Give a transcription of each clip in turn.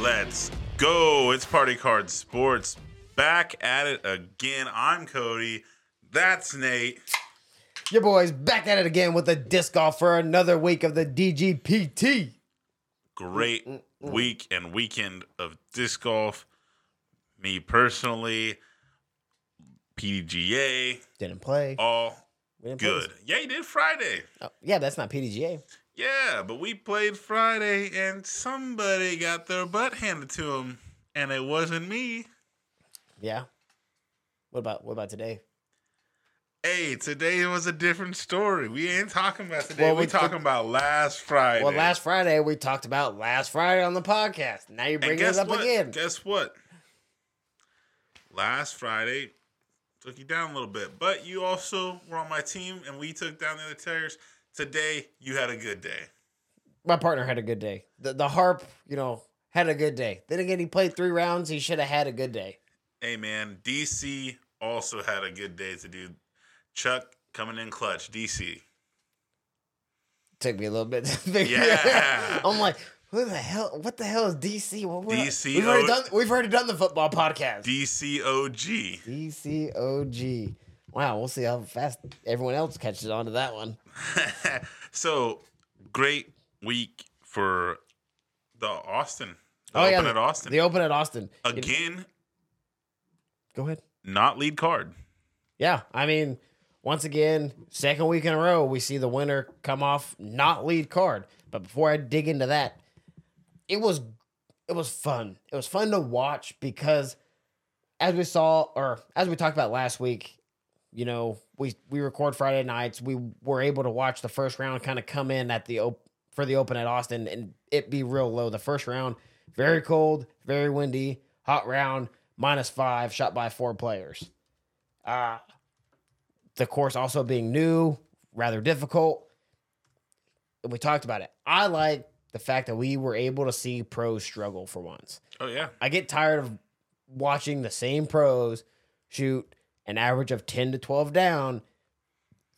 Let's go. It's Party Card Sports. Back at it again. I'm Cody. That's Nate. Your boys back at it again with a disc golf for another week of the DGPT. Great week and weekend of disc golf. Me personally, PDGA, Didn't play. all We didn't play Oh, good. this- Yeah, you did Friday. Oh, yeah, that's not PDGA. Yeah, but we played Friday and somebody got their butt handed to them, and it wasn't me. Yeah. What about what about today? Hey, today was a different story. We ain't talking about today. Well, we we- talking about last Friday. Well, last Friday we talked about last Friday on the podcast. Now you're and bringing guess it up what? again. Guess what? Last Friday took you down a little bit, but you also were on my team, and we took down the other Terriers. Today, you had a good day. My partner had a good day. The the harp, you know, had a good day. Then again, he played three rounds. He should have had a good day. Hey man, DC also had a good day to do. Chuck coming in clutch. DC. Took me a little bit. To figure it Yeah. out. I'm like, who the hell? What the hell is DC? Well, we're- DC We've already O- done. We've already done the football podcast. DCOG. DCOG. Wow, we'll see how fast everyone else catches on to that one. so great week for the Austin. The Oh, yeah, open at Austin. The open at Austin. It- Again, go ahead. not lead card. Yeah, I mean, once again, second week in a row, we see the winner come off not lead card. But before I dig into that, it was it was fun. It was fun to watch because as we saw or as we talked about last week, you know, we we record Friday nights. We were able to watch the first round kind of come in at the op- for the open at Austin and it be real low. The first round, very cold, very windy, hot round, minus 5, shot by four players. Uh the course also being new, rather difficult. And we talked about it. I like the fact that we were able to see pros struggle for once. Oh yeah. I get tired of watching the same pros shoot an average of 10 to 12 down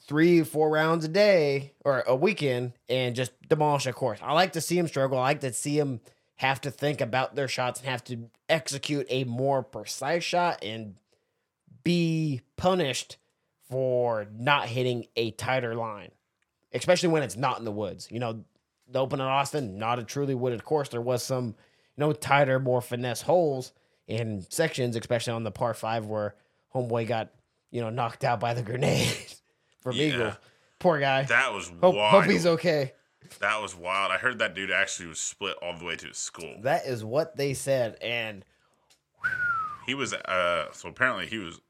three, four rounds a day or a weekend and just demolish a course. I like to see them struggle. I like to see them have to think about their shots and have to execute a more precise shot and be punished for not hitting a tighter line, especially when it's not in the woods. You know, the Open in Austin, not a truly wooded course. There was some, you know, tighter, more finesse holes in sections, especially on the par five where homeboy got, you know, knocked out by the grenade from Yeah. Eagle. Poor guy. That was hope, wild. hope he's okay. That was wild. I heard that dude actually was split all the way to his school. That is what they said. And He was uh so apparently he was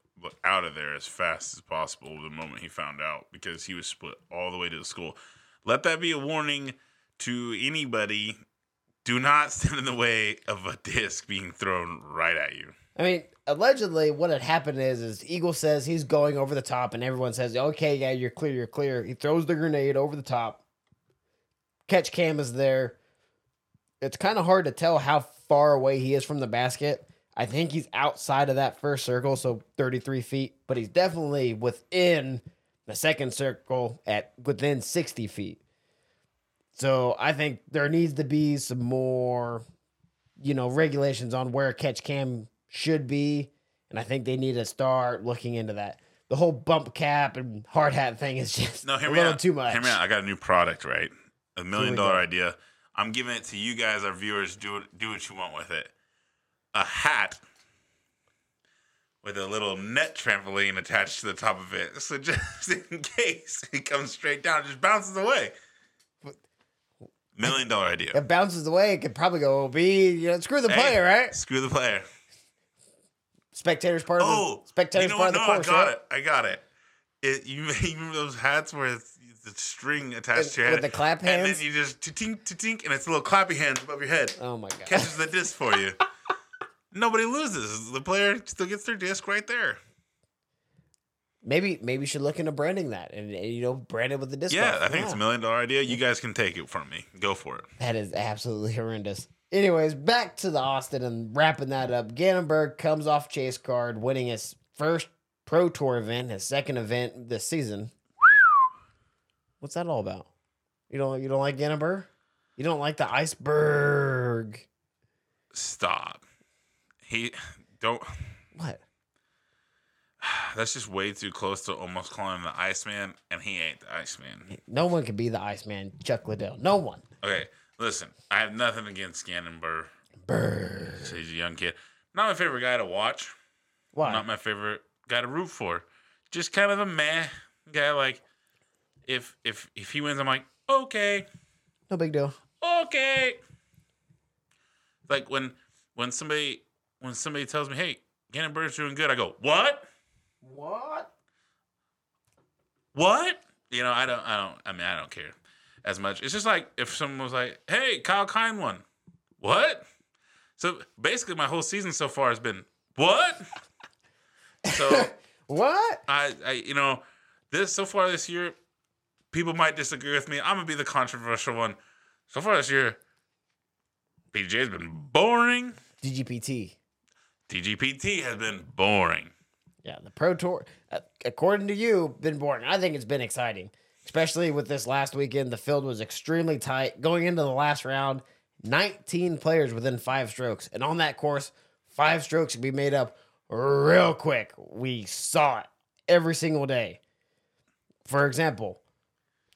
out of there as fast as possible the moment he found out because he was split all the way to the school. Let that be a warning to anybody. Do not stand in the way of a disc being thrown right at you. I mean, allegedly, what had happened is, is Eagle says he's going over the top, and everyone says, "Okay, yeah, you're clear, you're clear." He throws the grenade over the top. Catch cam is there. It's kind of hard to tell how far away he is from the basket. I think he's outside of that first circle, so 33 feet, but he's definitely within the second circle at within 60 feet. So I think there needs to be some more you know regulations on where a catch cam should be and i think they need to start looking into that the whole bump cap and hard hat thing is just No, hear a me little out. too much Hear me out. I got a new product, right? A million we go. dollar idea. I'm giving it to you guys, our viewers. Do it. Do what you want with it. A hat with a little net trampoline attached to the top of it, so just in case it comes straight down, it just bounces away. Million dollar idea. it bounces away it could probably go ob you know screw the Hey, player right Screw the player. spectators part of Oh, the spectators you know what? part of the No, course I got right? it. I got it. It you, you remember those hats where it's the string attached With- to your head with the clap and hands? then you just tink tink, and it's a little clappy hands above your head oh my god catches the disc for you. Nobody loses. The player still gets their disc right there. maybe maybe you should look into branding that and, and, you know brand it with the disc Yeah, golf. I think it's a million dollar idea. You guys can take it from me. Go for it. That is absolutely horrendous. Anyways, back to the Austin and wrapping that up. Gannenberg comes off chase card, winning his first pro tour event, his second event this season. What's that all about? You don't you don't like Gannenberg? You don't like the iceberg? Stop. He don't. What? That's just way too close to almost calling him the Iceman, and he ain't the Iceman. No one can be the Iceman, Chuck Liddell. No one. Okay, listen. I have nothing against Gannon Burr. Brr. He's a young kid. Not my favorite guy to watch. Why? Not my favorite guy to root for. Just kind of a meh guy. Like if if if he wins, I'm like okay. no big deal. okay. Like when when somebody when somebody tells me, "Hey, Gannon Bird's doing good," I go, "What? What? What?" You know, I don't, I don't. I mean, I don't care as much. It's just like if someone was like, "Hey, Kyle Kine won," what? So basically, my whole season so far has been what? so What? I, I, you know, this so far this year, people might disagree with me. I'm gonna be the controversial one. So far this year, PJ's been boring. DGPT. DGPT has been boring. Yeah, the Pro Tour, uh, according to you, been boring. I think it's been exciting, especially with this last weekend. The field was extremely tight. Going into the last round, 19 players within five strokes. And on that course, five strokes can be made up real quick. We saw it every single day. For example,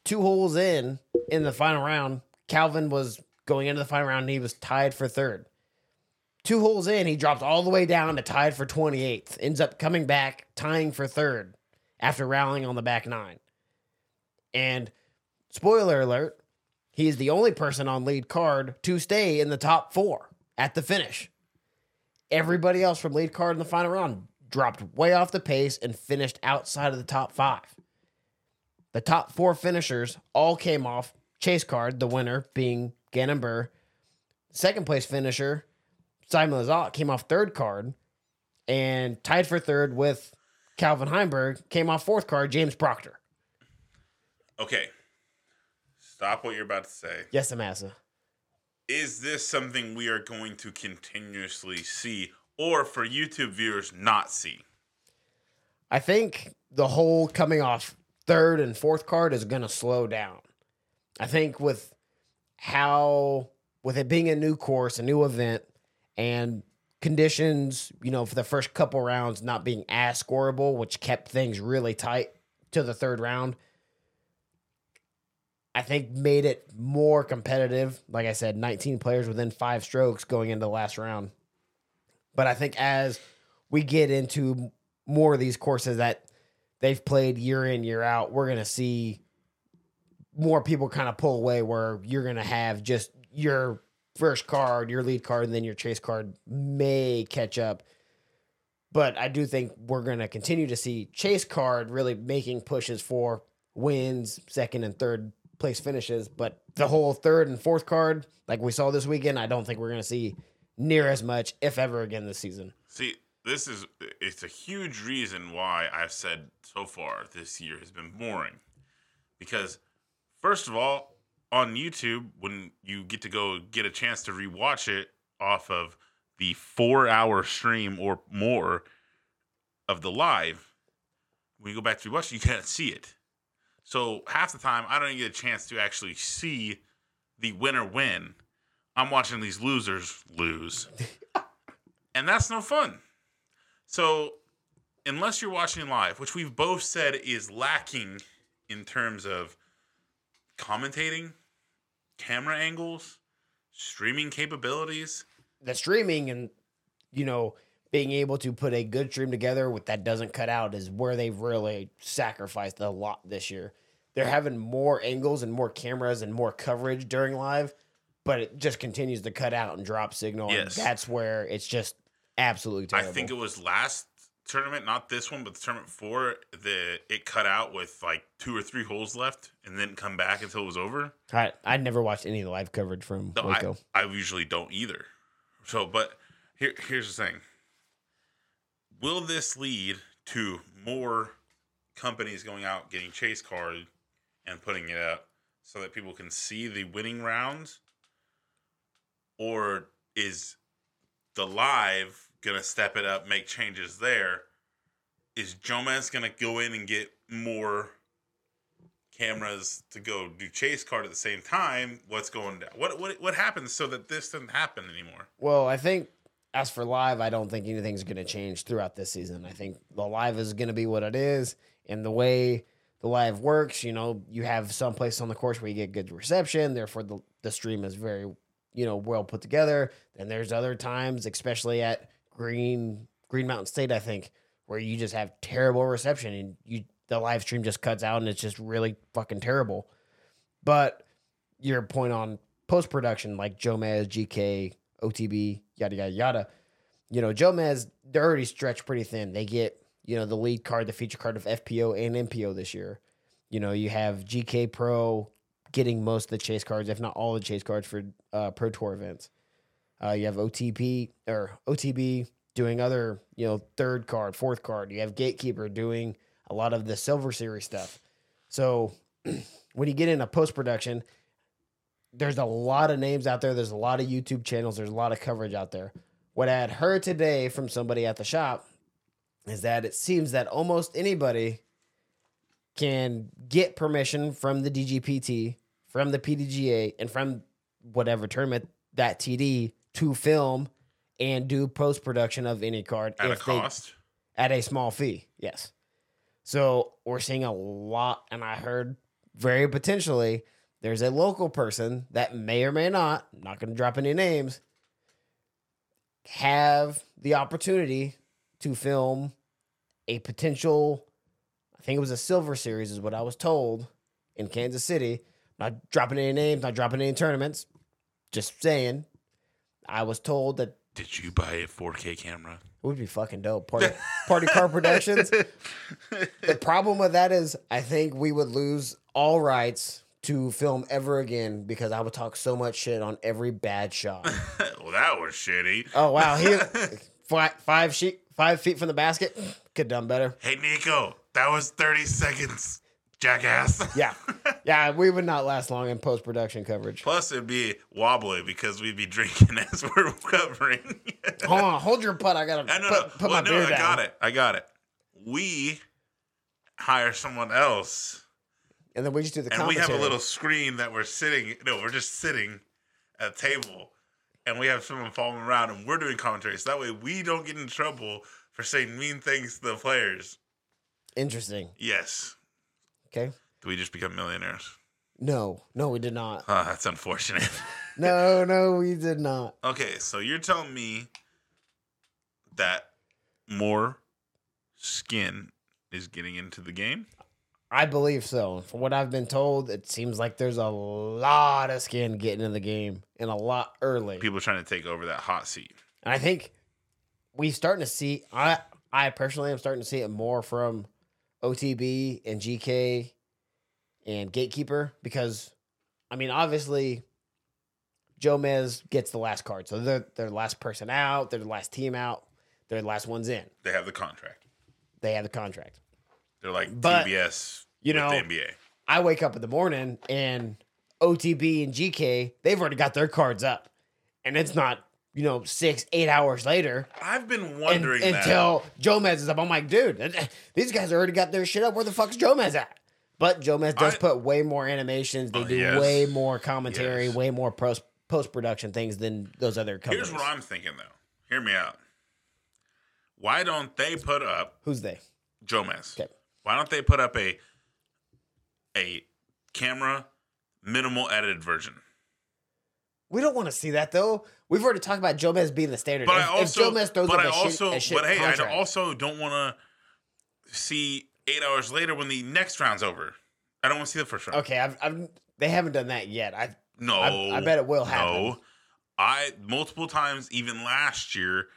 two holes in, in the final round, Calvin was going into the final round and he was tied for third two holes in, he drops all the way down to tied for 28th, ends up coming back, tying for third after rallying on the back nine. And spoiler alert, he is the only person on lead card to stay in the top four at the finish. Everybody else from lead card in the final round dropped way off the pace and finished outside of the top five. The top four finishers all came off chase card, the winner being Gannon Burr. Second place finisher, Simon Lazat came off third card and tied for third with Calvin Heinberg, came off fourth card, James Proctor. Okay, stop what you're about to say. Yes, Amasa. Is this something we are going to continuously see, or for YouTube viewers not see? I think the whole coming off third and fourth card is going to slow down. I think with how, with it being a new course, a new event, and conditions, you know, for the first couple rounds not being as scoreable, which kept things really tight to the third round, I think made it more competitive. Like I said, 19 players within five strokes going into the last round. But I think as we get into more of these courses that they've played year in, year out, we're going to see more people kind of pull away where you're going to have just your first card, your lead card, and then your chase card may catch up. But I do think we're going to continue to see chase card really making pushes for wins, second and third place finishes. But the whole third and fourth card, like we saw this weekend, I don't think we're going to see near as much, if ever again, this season. See, this is it's a huge reason why I've said so far this year has been boring. Because first of all, on YouTube, when you get to go get a chance to rewatch it off of the four hour stream or more of the live, when you go back to rewatch, it, you can't see it. So half the time I don't even get a chance to actually see the winner win. I'm watching these losers lose and that's no fun. So, unless you're watching live, which we've both said is lacking in terms of commentating, camera angles, streaming capabilities, the streaming and you know being able to put a good stream together with that doesn't cut out is where they've really sacrificed a lot this year. They're having more angles and more cameras and more coverage during live, but it just continues to cut out and drop signal. and Yes. that's where it's just absolutely terrible. I think it was last tournament, not this one, but the tournament four, the it cut out with like two or three holes left and didn't come back until it was over. I I never watched any of the live coverage from No, Waco. I, I usually don't either. So, but here, here's the thing. Will this lead to more companies going out getting chase card and putting it up so that people can see the winning rounds? Or is the live gonna step it up, make changes there? Is Jomez gonna go in and get more cameras to go do chase card at the same time, what's going down? What what what happens so that this doesn't happen anymore? Well, I think as for live, I don't think anything's going to change throughout this season. I think the live is going to be what it is, and the way the live works, you know, you have some place on the course where you get good reception, therefore the the stream is very, you know, well put together. And there's other times, especially at Green Green Mountain State, I think, where you just have terrible reception and you the live stream just cuts out and it's just really fucking terrible. But your point on post production, like Jomez, GK, OTB, yada yada yada. You know, Jomez, they're already stretched pretty thin. They get, you know, the lead card, the feature card of FPO and MPO this year. You know, you have GK Pro getting most of the chase cards, if not all the chase cards for uh, Pro Tour events. Uh, you have OTP or OTB doing other, you know, third card, fourth card. You have Gatekeeper doing a lot of the Silver Series stuff. So when you get into post production, there's a lot of names out there. There's a lot of YouTube channels. There's a lot of coverage out there. What I had heard today from somebody at the shop is that it seems that almost anybody can get permission from the DGPT, from the PDGA, and from whatever tournament that TD to film and do post production of any card At a if they- cost? at a small fee. Yes. So we're seeing a lot, and I heard very potentially there's a local person that may or may not, not going to drop any names, have the opportunity to film a potential, I think it was a silver series, is what I was told in Kansas City. Not dropping any names, not dropping any tournaments, just saying. I was told that Did you buy a 4K camera? it would be fucking dope. Party, party car productions. The problem with that is, I think we would lose all rights to film ever again because I would talk so much shit on every bad shot. well, that was shitty. Oh wow, he five, five sheet, five feet from the basket. Could done better. Hey, Nico, that was 30 seconds, jackass. Yeah, yeah, we would not last long in post production coverage. Plus, it'd be wobbly because we'd be drinking as we're covering. Hold on, hold your putt. I gotta I put, know. put well, my beer no, I down. got it. I got it. We hire someone else, And then we just do the and we have a commentary. little screen that we're sitting. No, we're just sitting at a table, and we have someone following around, and we're doing commentary. So that way, we don't get in trouble for saying mean things to the players. interesting. Yes. Okay, Do we just become millionaires? no, no, we did not. Ah, that's unfortunate. No, no, we did not. okay, so you're telling me that more skin is getting into the game? I believe so. From what I've been told, it seems like there's a lot of skin getting in the game and a lot early. People trying to take over that hot seat. And I think we starting to see. I I personally am starting to see it more from OTB and GK and Gatekeeper because, I mean, obviously, Jomez gets the last card, so they're they're the last person out, they're the last team out, they're the last ones in. They have the contract. They have the contract. They're like But, TBS you with know, the NBA. I wake up in the morning and OTB and GK, they've already got their cards up. And it's not, you know, six, eight hours later I've been and, wondering that. until Jomez is up. I'm like, dude, these guys already got their shit up. Where the fuck's Jomez at? But Jomez does I- put way more animations. They Oh, do yes. way more commentary, Yes. way more post post production things than those other companies. Here's what I'm thinking though. Hear me out. Why don't they put up Who's they? Jomez? Okay. Why don't they put up a a camera minimal edited version? We don't want to see that though. We've already talked about Jomez being the standard. But if, I if also, Jomez throws but up I a also, shit, a shit but hey, contract, I also don't want to see eight hours later when the next round's over. I don't want to see the first round. okay, I've, I've they haven't done that yet. I No, I- I bet it will happen. No, I multiple times, even last year,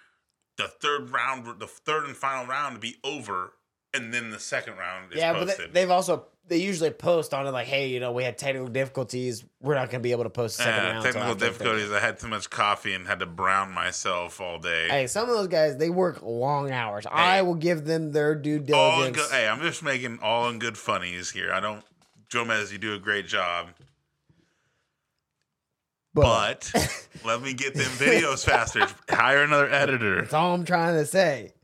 the third round, the third and final round, would be over, and then the second round is yeah, posted. but they, they've also they usually post on it like, hey, you know, we had technical difficulties. We're not going to be able to post the second Yeah, Uh, round. till Eh, technical after the third." difficulties. eh. I had too much coffee and had to brown myself all day. Hey, some of those guys they work long hours. I will give them their due Eh. all in diligence. good, eh, hey, I'm just making all in good funnies here. I don't, Jomez, you do a great job. but but let me get them videos faster. Hire another editor. that's all I'm trying to say.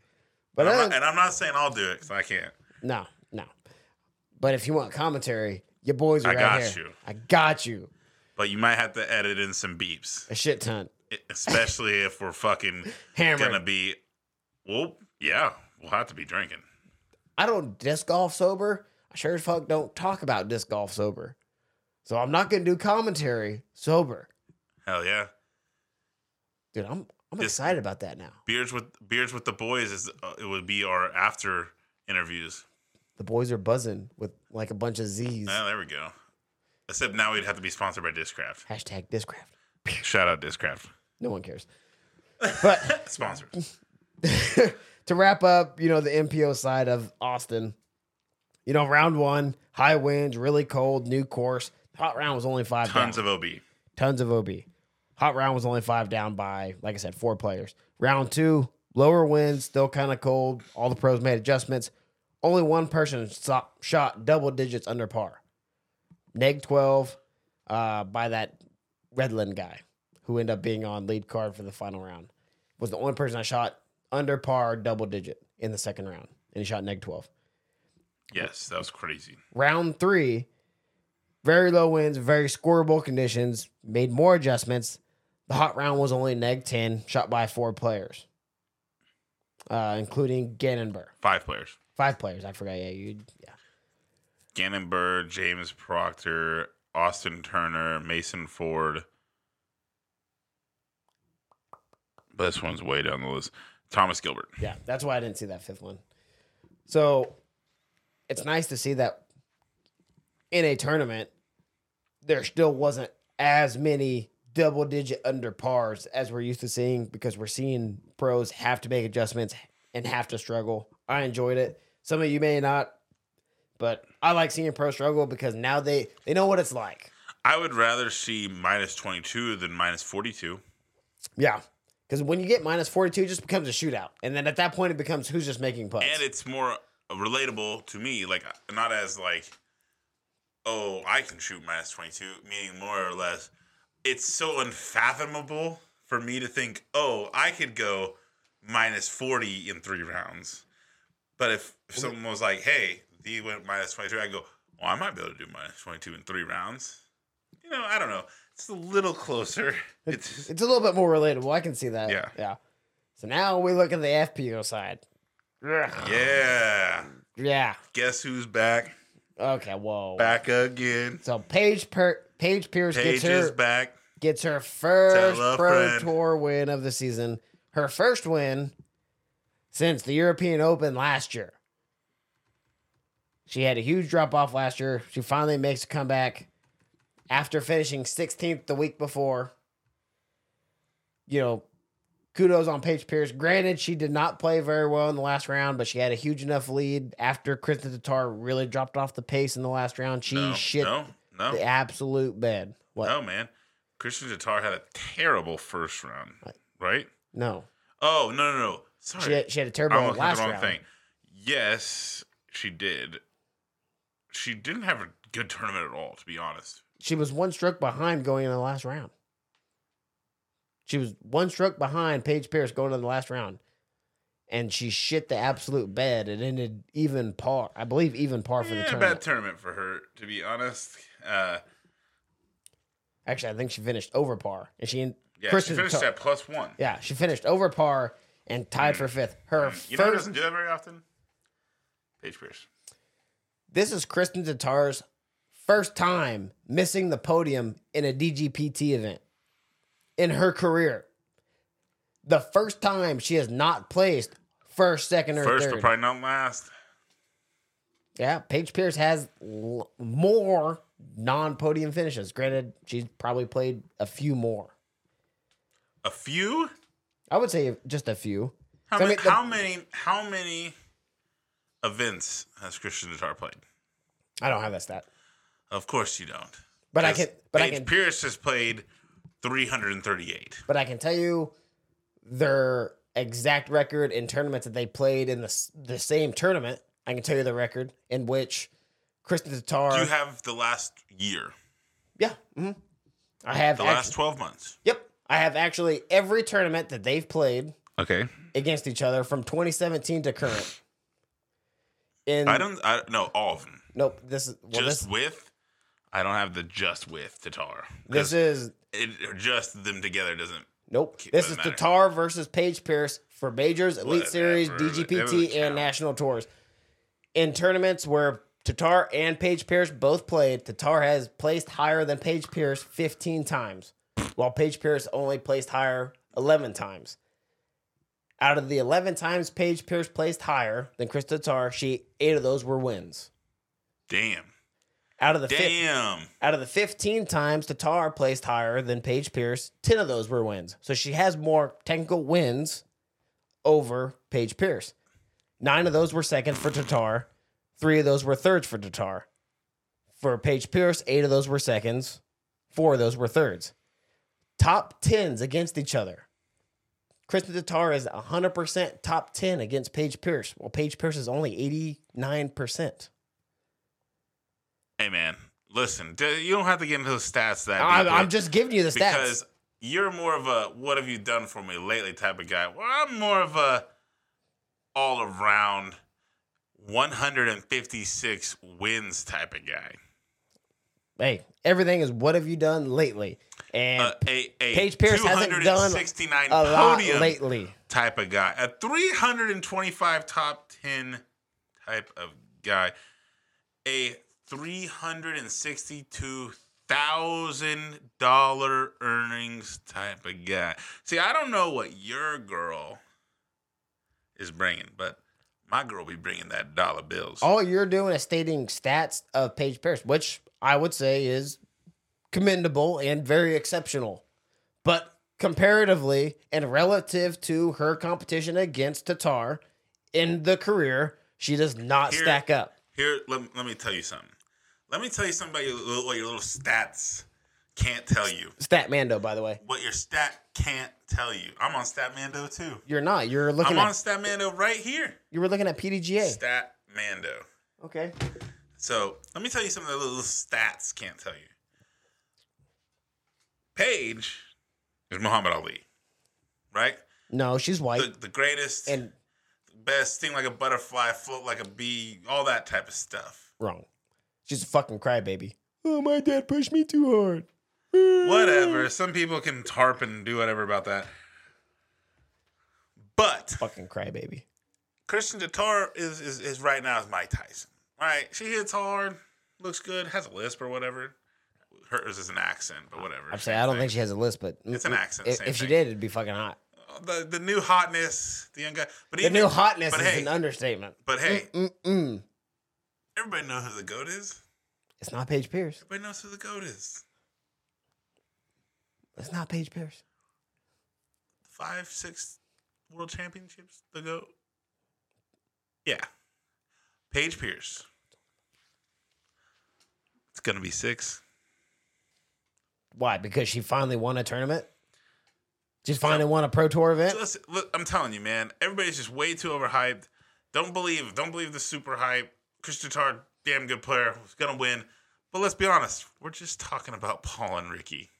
But And I'm, other, not, and I'm not saying I'll do it because I can't. no, no. But if you want commentary, Your boys are I right got here. you. I got you. But you might have to edit in some beeps, A shit ton. especially if we're fucking Hammered. gonna be. Well, yeah, we'll have to be drinking. I don't disc golf sober. I sure as fuck don't talk about disc golf sober. So I'm not gonna do commentary sober. Hell yeah, Dude, I'm I'm Disc- excited about that now. beers with beers with the boys is uh, it would be our after interviews. The boys are buzzing with like a bunch of Z's. Yeah, Ah, there we go. Except now we'd have to be sponsored by Discraft. Hashtag discraft. Shout out Discraft. No one cares. But Sponsored. to wrap up, you know, the MPO side of Austin, you know, round one, high winds, really cold, new course. Hot round was only five Tons down. of OB. tons of OB. Hot round was only five down by, like I said, four players. Round two, lower winds, still kind of cold. All the pros made adjustments. Only one person stop, shot double digits under par. Neg 12 uh, by that Redland guy who ended up being on lead card for the final round. Was the only person I shot under par double digit in the second round. And he shot neg 12 Yes, that was crazy. round three, very low winds, very scoreable conditions, made more adjustments. The hot round was only neg 10, shot by four players, uh, including Gannonburg. Five players. Five players, I forgot. Yeah, you, yeah. Gannon Bird, James Proctor, Austin Turner, Mason Ford. This one's way down the list. Thomas Gilbert. Yeah, that's why I didn't see that fifth one. So it's nice to see that in a tournament, there still wasn't as many double digit under pars as we're used to seeing because we're seeing pros have to make adjustments and have to struggle. I enjoyed it. Some of you may not, but I like seeing pro struggle because now they they know what it's like. I would rather see minus 22 than minus 42. Yeah. Because when you get minus 42, it just becomes a shootout. And then at that point, it becomes who's just making putts. And it's more relatable to me. Like, not as like, oh, I can shoot minus 22, meaning more or less. It's so unfathomable for me to think, oh, I could go minus 40 in three rounds. But if, if someone was like, hey, he went minus 22, I go, well, I might be able to do minus 22 in three rounds. You know, I don't know. It's a little closer. It's, It's a little bit more relatable. I can see that. Yeah. Yeah. So now we look at the FPO side. yeah. Yeah. Guess who's back? Okay. Whoa. Back again. So Paige per- Paige Pierce Paige gets her is back. gets her first Tell a pro friend. tour win of the season. Her first win since the European Open last year. She had a huge drop off last year. She finally makes a comeback after finishing 16th the week before. You know, kudos on Paige Pierce. Granted, she did not play very well in the last round, but she had a huge enough lead after Kristen Tatar really dropped off the pace in the last round. She No, shit no, no, the absolute bed. What? no, man. Christian Tatar had a terrible first round, right? no. Oh no, no, no. Sorry, She had, she had a I terrible almost got last the wrong round. thing. Yes, she did. She didn't have a good tournament at all, to be honest. She was one stroke behind going in the last round. She was one stroke behind Paige Pierce going in the last round. And she shit the absolute bed. It ended even par. I believe even par for the Yeah, Eh, bad tournament. tournament for her, to be honest. Uh, Actually, I think she finished over par. And she yeah, Kristen she finished Tatar- at plus one. Yeah, she finished over par and tied for fifth. Her Mm. You know who first doesn't do that very often? Paige Pierce. This is Kristen Tatar's first time missing the podium in a DGPT event in her career. The first time she has not placed first, second, or First, third. but probably not last. yeah, Paige Pierce has l- more non-podium finishes. Granted, she's probably played a few more. A few. I would say just a few. How, So, many, I mean, the- how many? How many events has Christian Tatar played? I don't have that stat, Of course you don't. but I can. But I Paige can. Pierce has played 338. but I can tell you their exact record in tournaments that they played in the s- the same tournament. I can tell you the record in which Kristen Tatar. Do you have the last year? yeah, mhm. I have. The actu- last 12 months? yep, I have actually every tournament that they've played Okay. against each other from 2017 to current. In I don't. I no all of them. nope. This is well, Just this with I don't have the just with Tatar. This is It, just them together doesn't. nope. It This doesn't is matter. Tatar versus Paige Pierce for majors, elite Whatever. series, It was a DGPT, and challenge. national tours. In tournaments where Tatar and Paige Pierce both played, Tatar has placed higher than Paige Pierce 15 times, while Paige Pierce only placed higher 11 times. Out of the 11 times Paige Pierce placed higher than Chris Tatar, she eight of those were wins. Damn. Out of the fif- Damn. Out of the 15 times Tatar placed higher than Paige Pierce, 10 of those were wins. So she has more technical wins over Paige Pierce. Nine of those were second for Tatar, three of those were thirds for Tatar. For Paige Pierce, eight of those were seconds, four of those were thirds. Top 10s against each other. Kristen Tatar is 100% top 10 against Paige Pierce, while Paige Pierce is only 89%. Hey, man. Listen, d- you don't have to get into the stats that I'm, deeply I'm just giving you the stats. because you're more of a what have you done for me lately type of guy. Well, I'm more of a all around 156 wins type of guy. hey, everything is what have you done lately? And Uh, a, a Paige Pierce hasn't done 269 a lot podium lately. type of guy, a 325 top 10 type of guy, a $362,000 earnings type of guy. See, I don't know what your girl is bringing, but my girl be bringing that dollar bills. All you're doing is stating stats of Paige Pierce, which I would say is commendable and very exceptional. But comparatively and relative to her competition against Tatar in the career, she does not Here- stack up. Here, let, let me tell you something. Let me tell you something about your, little- what your little stats can't tell you. Statman, though, by the way. What your stat can't tell you. I'm on Statmando too. You're not. You're I'm looking on at Statmando right here. you were looking at PDGA. Stat Mando. Okay. So let me tell you some of the little stats can't tell you. Paige is Muhammad Ali, right? No, she's white. The, the greatest, and best, sting like a butterfly, float like a bee, all that type of stuff. wrong. She's a fucking crybaby. Oh, my dad pushed me too hard. Whatever. Some people can tarp and do whatever about that. But Fucking crybaby. Christian Tatar is, is is right now is Mike Tyson. All right, she hits hard, looks good, has a lisp or whatever. Hers is an accent, but whatever. I'm saying I don't think she has a list, but It's an accent, If, same if she thing. did, it'd be fucking hot. the the new hotness, the young guy. But The even, new Mm, hotness but is hey, an understatement. But hey, Mm-mm. everybody knows who the goat is. It's not Paige Pierce. Everybody knows who the goat is. It's not Paige Pierce. Five, six world championships. The goat. Yeah, Paige Pierce. It's gonna be six. Why? Because she finally won a tournament. She finally won a pro tour event. Listen, look, I'm telling you, man. Everybody's just way too overhyped. Don't believe, don't believe the super hype. Chris Tatar, damn good player, was gonna win. But let's be honest, we're just talking about Paul and Ricky.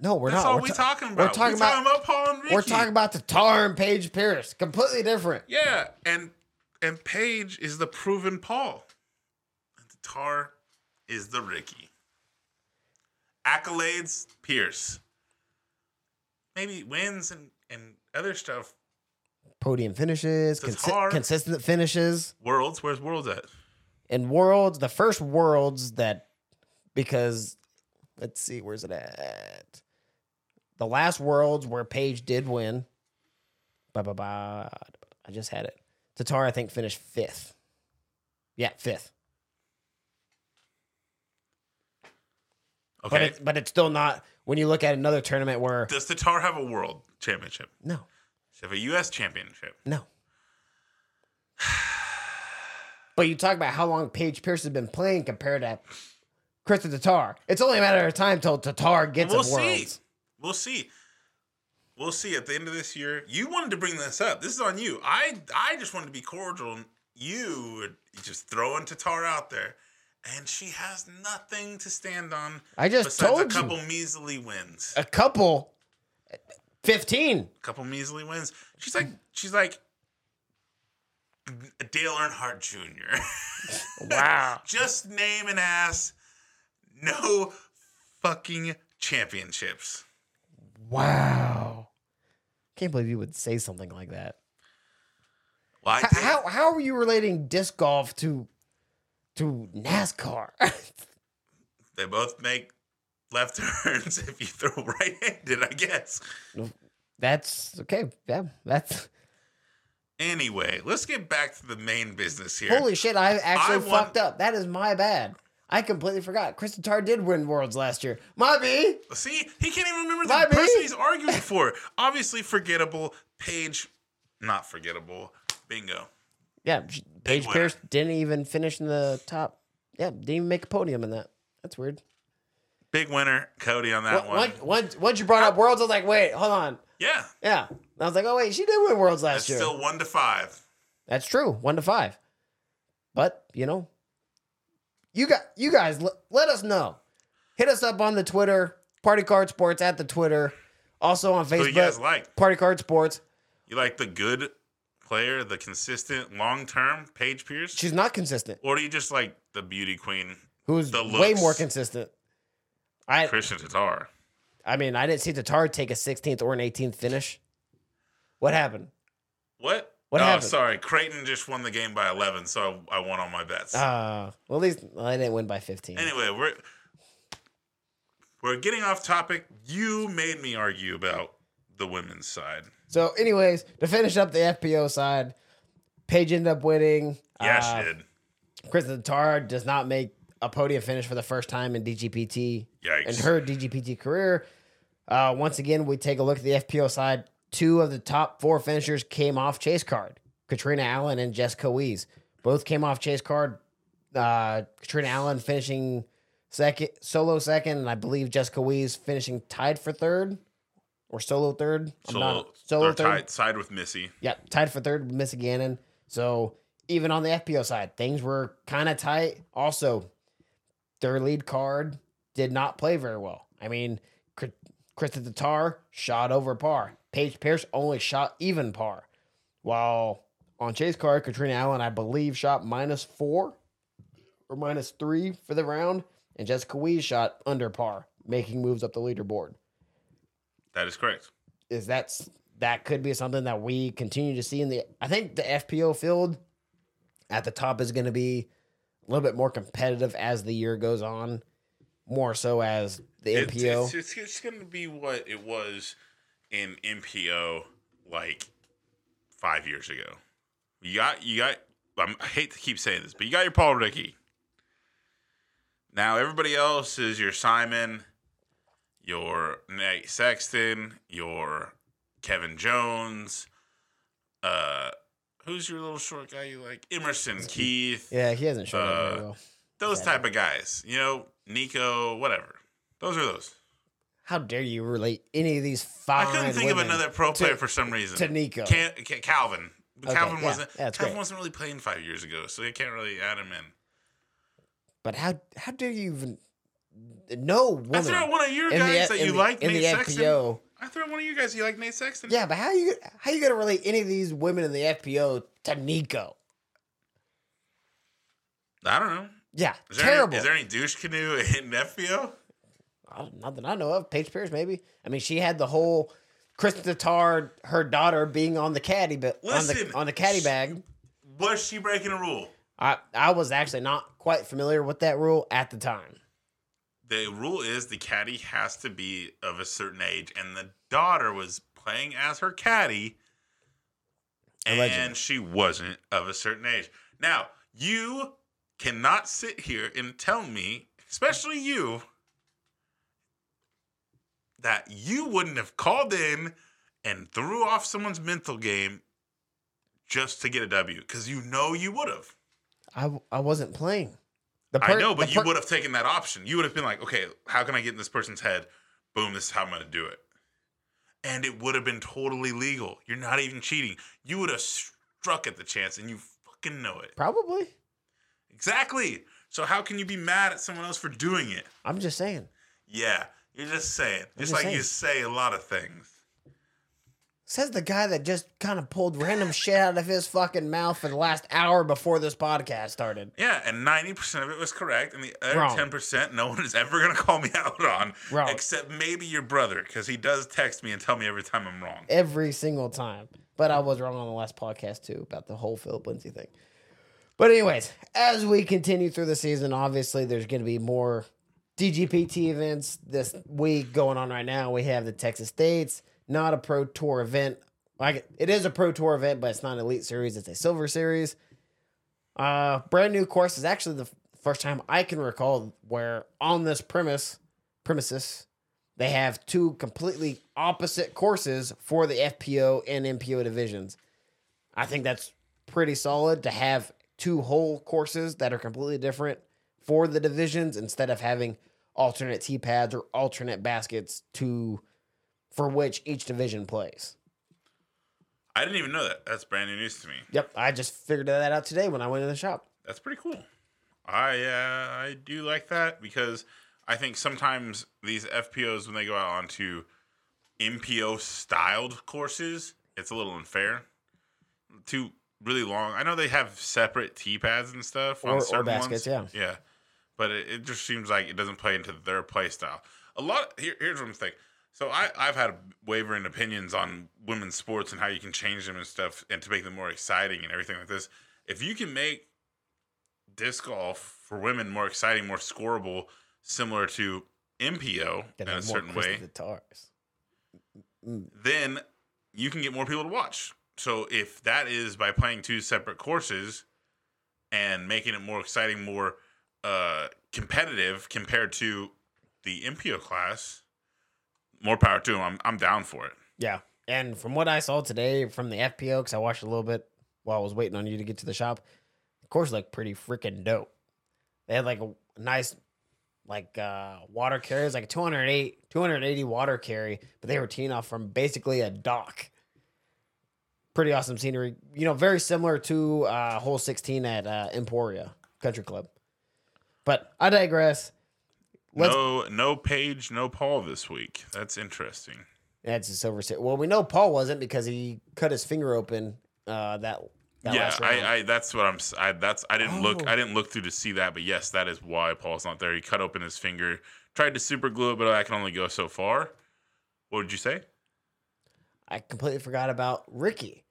No, we're That's not. all we're we're ta- talking about. We're talking about. Paul and Ricky. we're talking about the Tar and Paige Pierce. Completely different. yeah, and and Paige is the proven Paul, and Tatar is the Ricky. Accolades, Pierce. Maybe wins and and other stuff. Podium finishes, It's consi- hard. consistent finishes. Worlds, where's Worlds at? and worlds the first worlds that because let's see where's it at the last worlds where Paige did win ba ba ba I just had it Tatar I think finished fifth yeah fifth but Okay. it, but it's still not when you look at another tournament where Does Tatar have a world championship? no Does she have a U.S. championship? no but you talk about how long Paige Pierce has been playing compared to Krista Tatar it's only a matter of time till Tatar gets We'll a see. worlds We'll see. We'll see at the end of this year. You wanted to bring this up. This is on you. I I just wanted to be cordial. and You were just throwing Tatar out there, and she has nothing to stand on I just besides told a couple you measly wins. a couple, fifteen. A couple measly wins. She's like she's like Dale Earnhardt Jr. Wow. Just name an ass. No fucking championships. Wow. Can't believe you would say something like that. Why? H- How how are you relating disc golf to to NASCAR? They both make left turns if you throw right-handed, I guess. that's okay. Yeah, that's Anyway, let's get back to the main business here. holy shit. I actually I fucked want- up. That is my bad. I completely forgot. Kristen Tar did win worlds last year. My B. See, he can't even remember the Might be. person he's arguing for. Obviously, forgettable. Paige, not forgettable. Bingo. Yeah, sh- Paige winner. Pierce didn't even finish in the top. Yeah, didn't even make a podium in that. That's weird. Big winner, Cody on that Once one. once- once- once you brought up worlds, I was like, wait, hold on. Yeah, Yeah, I was like, oh wait, she did win worlds that's last year. still one to five. That's true. One to five. But you know, you got you guys. Let, let us know. Hit us up on the Twitter, Party Card Sports at the Twitter, also on Who you guys Facebook, like? Party Card Sports. You like the good player, the consistent, long-term Paige Pierce, She's not consistent. or do you just like the beauty queen, Who's The way looks. more consistent? I Christian Tatar? I mean, I didn't see Tatar take a 16th or an 18th finish. What happened? What? What oh, happened? sorry. Creighton just won the game by 11, so I, I won all my bets. Uh, well, at least well, I didn't win by 15. Anyway, we're we're getting off topic. You made me argue about the women's side. So, anyways, to finish up the FPO side, Paige ended up winning. Yeah, Uh, she did. Kristen Tatar does not make a podium finish for the first time in DGPT Yikes. in her DGPT career. Uh, once again, we take a look at the FPO side. Two of the top four finishers came off chase card: Katrina Allen and Jessica Wees. Both came off chase card. Uh, Katrina Allen finishing second, solo second, and I believe Jessica Wees finishing tied for third or solo third. I'm solo, solo they're tied side with Missy. yeah, tied for third with Missy Gannon. So even on the FPO side, things were kind of tight. Also, their lead card did not play very well. I mean, Kr- Krista Tatar shot over par. Paige Pierce only shot even par. While on chase card, Katrina Allen, I believe, shot minus four or minus three for the round. And Jessica Wee shot under par, making moves up the leaderboard That is correct. is that's that could be something that we continue to see in the I think the FPO field at the top is going to be a little bit more competitive as the year goes on, more so as the It's, MPO. it's, it's, it's going to be what it was in MPO like five years ago. You got you got. I'm, I hate to keep saying this, but you got your Paul Ricky. Now everybody else is your Simon, your Nate Sexton, your Kevin Jones. Uh, who's your little short guy you like? Emerson Keith yeah, he hasn't shown up uh, very well. those type of guys. You know, Nico, whatever. Those are those. How dare you relate any of these I five? couldn't think of another pro player for some reason. to Nico. Can, Ca- Calvin. Calvin yeah. wasn't. Yeah, it's Calvin great. wasn't really playing five years ago, so you can't really add him in. But how how dare you even no I woman threw out one of your in the guys F- that in you the- like, in Nate the Sexton. FPO? I threw out one of you guys you like, Nate Sexton. Yeah, but how you how you gonna relate any of these women in the FPO to Nico? I don't know. Yeah, Is there, terrible. Any, is there any douche canoe in FBO? I, not that I know of. Paige Pierce, maybe. I mean, she had the whole Kristen Tatar, her daughter being on the caddy, but on the Listen, on the caddy sh- bag. Was she breaking a rule? I I was actually not quite familiar with that rule at the time. The rule is the caddy has to be of a certain age, and the daughter was playing as her caddy, and Allegedly. she wasn't of a certain age. Now, you cannot sit here and tell me, especially you, that you wouldn't have called in and threw off someone's mental game just to get a W, because you know you would have. I I wasn't playing. The I per- know, but the you per- would have taken that option. You would have been like, okay, how can I get in this person's head? Boom, this is how I'm going to do it. And it would have been totally legal. You're not even cheating. You would have struck at the chance and you fucking know it. probably. Exactly. So how can you be mad at someone else for doing it? I'm just saying. Yeah, you're just saying. Just, just like saying. you say a lot of things. Says the guy that just kind of pulled random shit out of his fucking mouth for the last hour before this podcast started. Yeah, and ninety percent of it was correct, and the other Wrong. ten percent, no one is ever gonna call me out on, Wrong. except maybe your brother, because he does text me and tell me every time I'm wrong. every single time. But I was wrong on the last podcast too about the whole Philip Lindsay thing. But anyways, as we continue through the season, obviously there's going to be more DGPT events this week going on right now. We have the Texas States, not a pro tour event. Like it is a pro tour event, but it's not an elite series. It's a silver series. Uh, brand new course is actually the f- first time I can recall where on this premise premises they have two completely opposite courses for the FPO and MPO divisions. I think that's pretty solid to have two whole courses that are completely different for the divisions instead of having alternate tee pads or alternate baskets to for which each division plays. I didn't even know that. That's brand new news to me. Yep, I just figured that out today when I went to the shop. That's pretty cool. I uh, I do like that because I think sometimes these FPOs when they go out onto MPO styled courses, it's a little unfair. Too really long. I know they have separate tee pads and stuff Or- on or certain baskets, ones. Yeah, yeah, but it, it just seems like it doesn't play into their play style. A lot. Here, here's what I'm thinking. So I, I've had wavering opinions on women's sports and how you can change them and stuff, and to make them more exciting and everything like this. If you can make disc golf for women more exciting, more scorable, similar to MPO in Gotta a have certain Christmas way, Guitars. then you can get more people to watch. So if that is by playing two separate courses and making it more exciting, more uh, competitive compared to the MPO class, more power to them. I'm, I'm down for it. Yeah. And from what I saw today from the FPO, because I watched a little bit while I was waiting on you to get to the shop, the course looked pretty freaking dope. They had like a nice, like uh water carriers, like a 208, 280 water carry, but they were teeing off from basically a dock. Pretty awesome scenery. You know, very similar to uh hole 16 at uh Emporia Country Club. But I digress. Let's- no, no Paige, no Paul this week. That's interesting. That's a silver set. Well, we know Paul wasn't because he cut his finger open uh, that, that yeah, last round. I, I that's what I'm. s- I that's I didn't look. Oh. I didn't look through to see that, but yes, that is why Paul's not there. He cut open his finger, tried to super glue it, but I can only go so far. What would you say? I completely forgot about Ricky.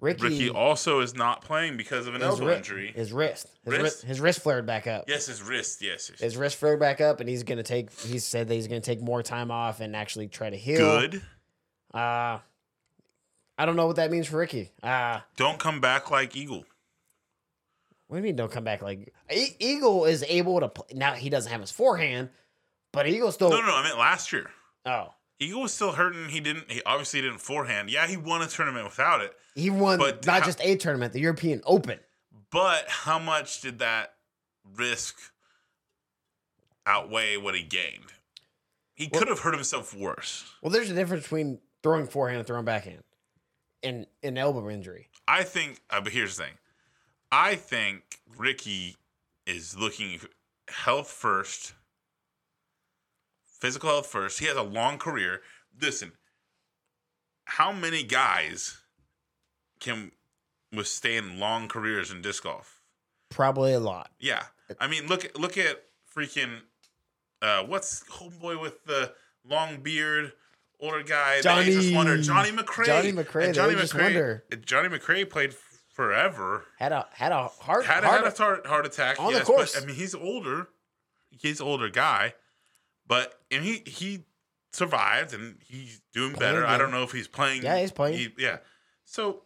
Ricky, Ricky also is not playing because of an elbow wri- injury. His wrist. His Wrist? wrist. His wrist flared back up. yes, his wrist. Yes, yes. His wrist flared back up, and he's gonna take. He said that he's gonna take more time off and actually try to heal. good. Uh, I don't know what that means for Ricky. Uh, Don't come back like Eagle. what do you mean don't come back? Like E- Eagle is able to play. Now he doesn't have his forehand, but Eagle still. No, no, no. I meant last year. Oh, Eagle was still hurting. He didn't. He obviously didn't forehand. Yeah, he won a tournament without it. he won But not how- just a tournament, the European Open. But how much did that risk outweigh what he gained? He could have hurt himself worse. Well, there's a difference between throwing forehand and throwing backhand, and an elbow injury. I think, uh, but here's the thing. I think Ricky is looking health first, physical health first. He has a long career. Listen, how many guys can withstand long careers in disc golf? Probably a lot. Yeah, I mean, look at look at freaking uh, what's homeboy with the long beard, older guy, the ageless Johnny- wonder, Johnny McRae. Johnny McRae, the ageless wonder. Johnny McRae played f- forever. Had a had a heart. Had a, heart had a heart, heart attack On the but, Oh, course. I mean, he's older. He's older guy, but and he he survived and he's doing better. I again. don't know if he's playing. Yeah, he's playing. he- yeah, so.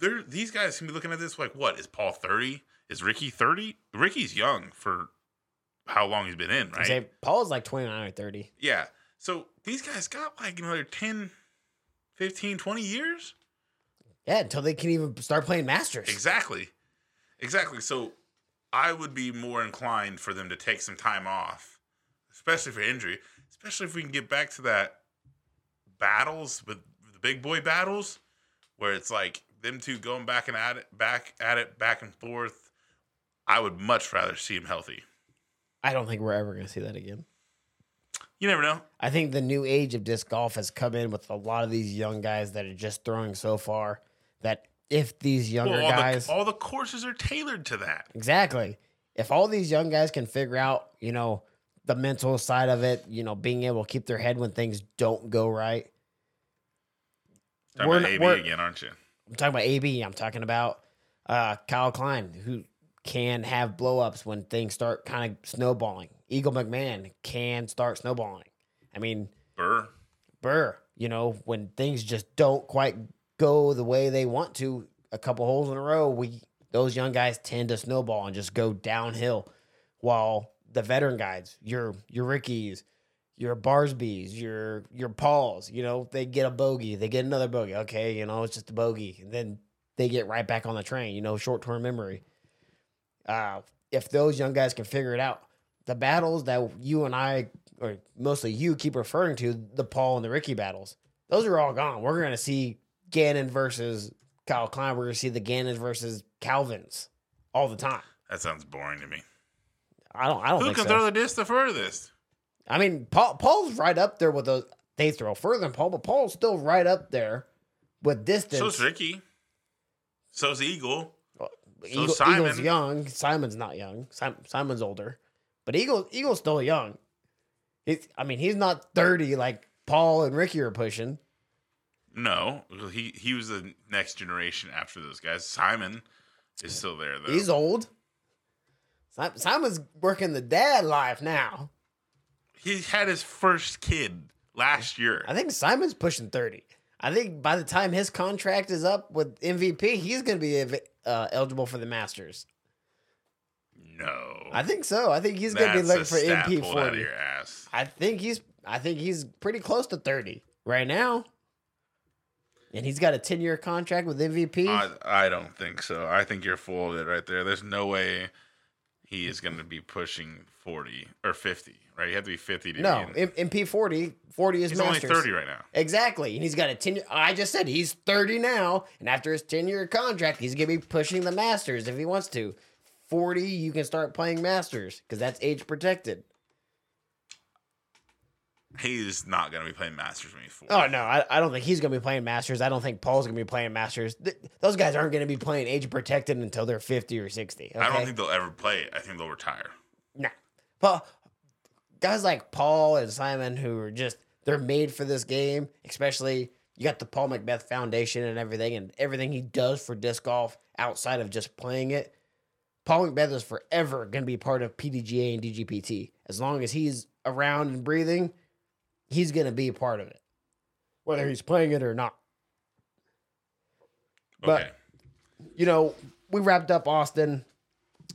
There, these guys can be looking at this like, what is Paul thirty? Is Ricky thirty? Ricky's young for how long he's been in, right? Say, Paul's like 29 or 30. Yeah. So these guys got like another 10, 15, 20 years. Yeah, until they can even start playing Masters. Exactly. Exactly. So I would be more inclined for them to take some time off, especially for injury, especially if we can get back to that battles with the big boy battles where it's like them two going back and at it, back at it, back and forth. I would much rather see him healthy. I don't think we're ever going to see that again. You never know. I think the new age of disc golf has come in with a lot of these young guys that are just throwing so far that if these younger Well, all, guys the, all the courses are tailored to that. Exactly. If all these young guys can figure out, you know, the mental side of it, you know, being able to keep their head when things don't go right. Talking We're about n- AB we're- again, aren't you? I'm talking about AB. I'm talking about uh, Kyle Klein, who can have blow ups when things start kind of snowballing. Eagle McMahon can start snowballing. I mean, Burr. Burr, you know, when things just don't quite go the way they want to, a couple holes in a row, we those young guys tend to snowball and just go downhill. While the veteran guys, your your Rickies, your Barsbys, your your Pauls, you know, they get a bogey, they get another bogey. Okay, you know, it's just a bogey. And then they get right back on the train, you know, short term memory. Uh, if those young guys can figure it out, the battles that you and I, or mostly you, keep referring to, the Paul and the Ricky battles, those are all gone. We're going to see Gannon versus Kyle Klein. We're going to see the Gannons versus Calvins all the time. That sounds boring to me. I don't. I don't Who think can so. throw the disc the furthest? I mean, Paul Paul's right up there with those. They throw further than Paul, but Paul's still right up there with distance. So's Ricky. So's Eagle. So Eagle, Simon- Eagle's young. Simon's not young. Sim, Simon's older, but Eagle Eagle's still young. He's, I mean, he's not thirty like Paul and Ricky are pushing. No, he he was the next generation after those guys. Simon is still there though. He's old. Si- Simon's working the dad life now. he had his first kid last year. I think Simon's pushing thirty. I think by the time his contract is up with MVP, he's going to be ev- uh, eligible for the Masters. no, I think so. I think he's going to be That's looking a for stat MP pulled out of forty. your ass. I think he's I think he's pretty close to 30 right now. And he's got a 10-year contract with MVP. I, I don't think so. I think you're full of it right there. There's no way he is going to be pushing 40 or 50, right? You have to be 50 to no, be in- M- MP 40, 40 is He's Masters. only 30 right now. Exactly. And he's got a 10 I just said he's 30 now, and after his 10-year contract, he's going to be pushing the Masters if he wants to. 40, you can start playing Masters cuz that's age protected. He's not going to be playing Masters when he's 40. Oh no, I, I don't think he's gonna be playing Masters. I don't think Paul's gonna be playing Masters. Th- those guys aren't gonna be playing age protected until they're fifty or sixty. I don't okay? think they'll ever play it. I think they'll retire. Nah. But guys like Paul and Simon who are just they're made for this game, especially you got the Paul Macbeth Foundation and everything and everything he does for disc golf outside of just playing it. Paul Macbeth is forever going to be part of PDGA and DGPT. As long as he's around and breathing, he's going to be a part of it. Whether he's playing it or not. But- Okay. you know, we wrapped up Austin.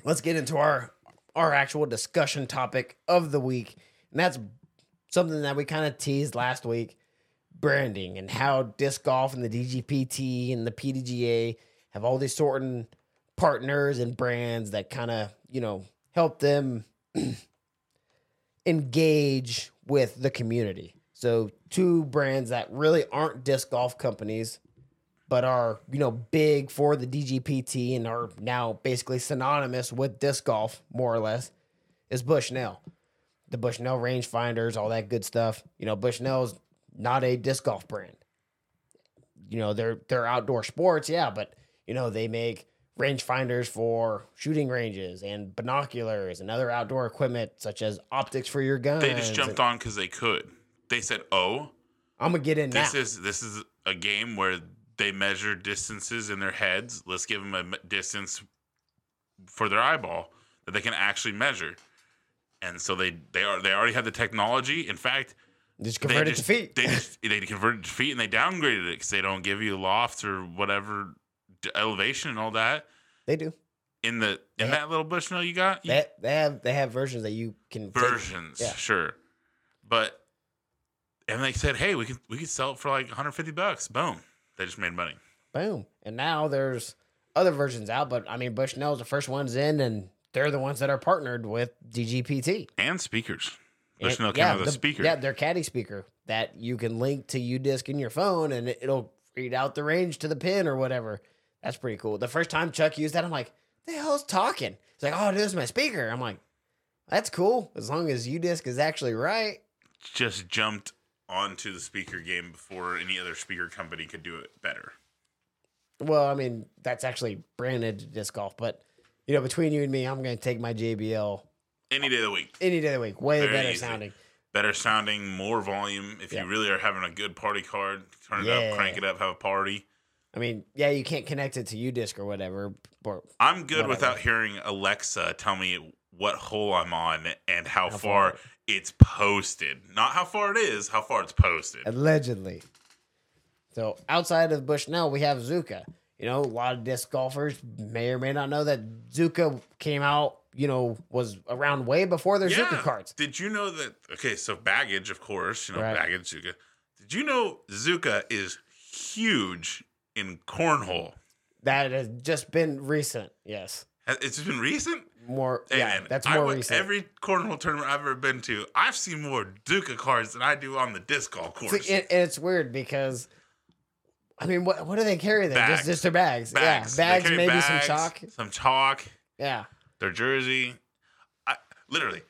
Let's get into our our actual discussion topic of the week, and that's something that we kind of teased last week: branding and how disc golf and the DGPT and the PDGA have all these certain partners and brands that kind of you know help them engage with the community. So two brands that really aren't disc golf companies but are you know big for the DGPT and are now basically synonymous with disc golf more or less is Bushnell. The Bushnell rangefinders, all that good stuff. You know, Bushnell's not a disc golf brand. You know, they're they're outdoor sports, yeah, but you know, they make rangefinders for shooting ranges and binoculars and other outdoor equipment such as optics for your guns. They just jumped on because they could. They said, oh, I'm gonna get in now. this is this is a game where they measure distances in their heads. Let's give them a m- distance for their eyeball that they can actually measure. And so they they are they already had the technology. In fact, just they convert it to just- feet. They just they converted to feet and they downgraded it because they don't give you loft or whatever d- elevation and all that they do. in the in They- that little bushnell you got. You They, they have they have versions that you can take- versions, Yeah. sure. But and they said, hey, we can we can sell it for like 150 bucks. Boom, they just made money. boom. And now there's other versions out, but I mean Bushnell's the first ones in and they're the ones that are partnered with DGPT. and speakers. And- Bushnell came out with a the- speaker. Yeah, their caddy speaker that you can link to U disc in your phone and it- it'll read out the range to the pin or whatever. That's pretty cool. The first time Chuck used that, I'm like, the hell's talking? It's like, oh, this is my speaker. I'm like, that's cool. As long as U disc is actually right. just jumped onto the speaker game before any other speaker company could do it better. Well, I mean, that's actually branded to disc golf, but you know, between you and me, I'm going to take my JBL Any day of the week. any day of the week. Way Very better easy. sounding. Better sounding, more volume. If Yeah. you really are having a good party card, turn it Yeah. up, crank it up, have a party. I mean, yeah, you can't connect it to U disc or whatever. Or, I'm good Whatever. without hearing Alexa tell me what hole I'm on and how, How far, far. it's posted. Not how far it is, how far it's posted. allegedly. So outside of Bushnell, we have Zuka. You know, a lot of disc golfers may or may not know that Zuka came out. You know, was around way before their Zuka cards. Did you know that? Okay, so baggage, of course, you know, Right. baggage, Zuka. Did you know Zuka is huge in cornhole? That has just been recent. Yes, Ha- It's been recent. more. Hey, yeah, man, that's I more went- recent. Every cornhole tournament I've ever been to, I've seen more Zuka cards than I do on the disc golf course. See, and, and it's weird because, I mean, what what do they carry there? Bags. Just just their bags. bags, They Yeah, bags. carry Maybe some bags, chalk. some chalk, Yeah. their jersey. I literally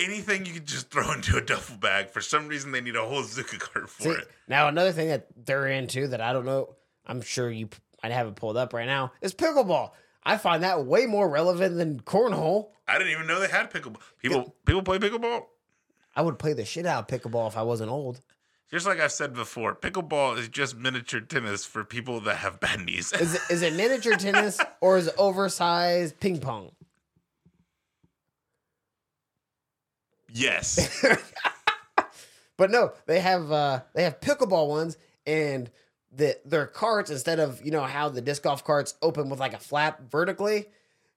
anything you could just throw into a duffel bag. For some reason, they need a whole Zuka card for See, it. now another thing that they're into that I don't know. I'm sure you. I have it pulled up right now. Is pickleball. I find that way more relevant than cornhole. I didn't even know they had pickleball. People people play pickleball. I would play the shit out of pickleball if I wasn't old. Just like I've said before, pickleball is just miniature tennis for people that have bad knees. Is it, is it miniature tennis or is it oversized ping pong? yes. But no, they have uh they have pickleball ones and the their carts instead of you know how the disc golf carts open with like a flap vertically,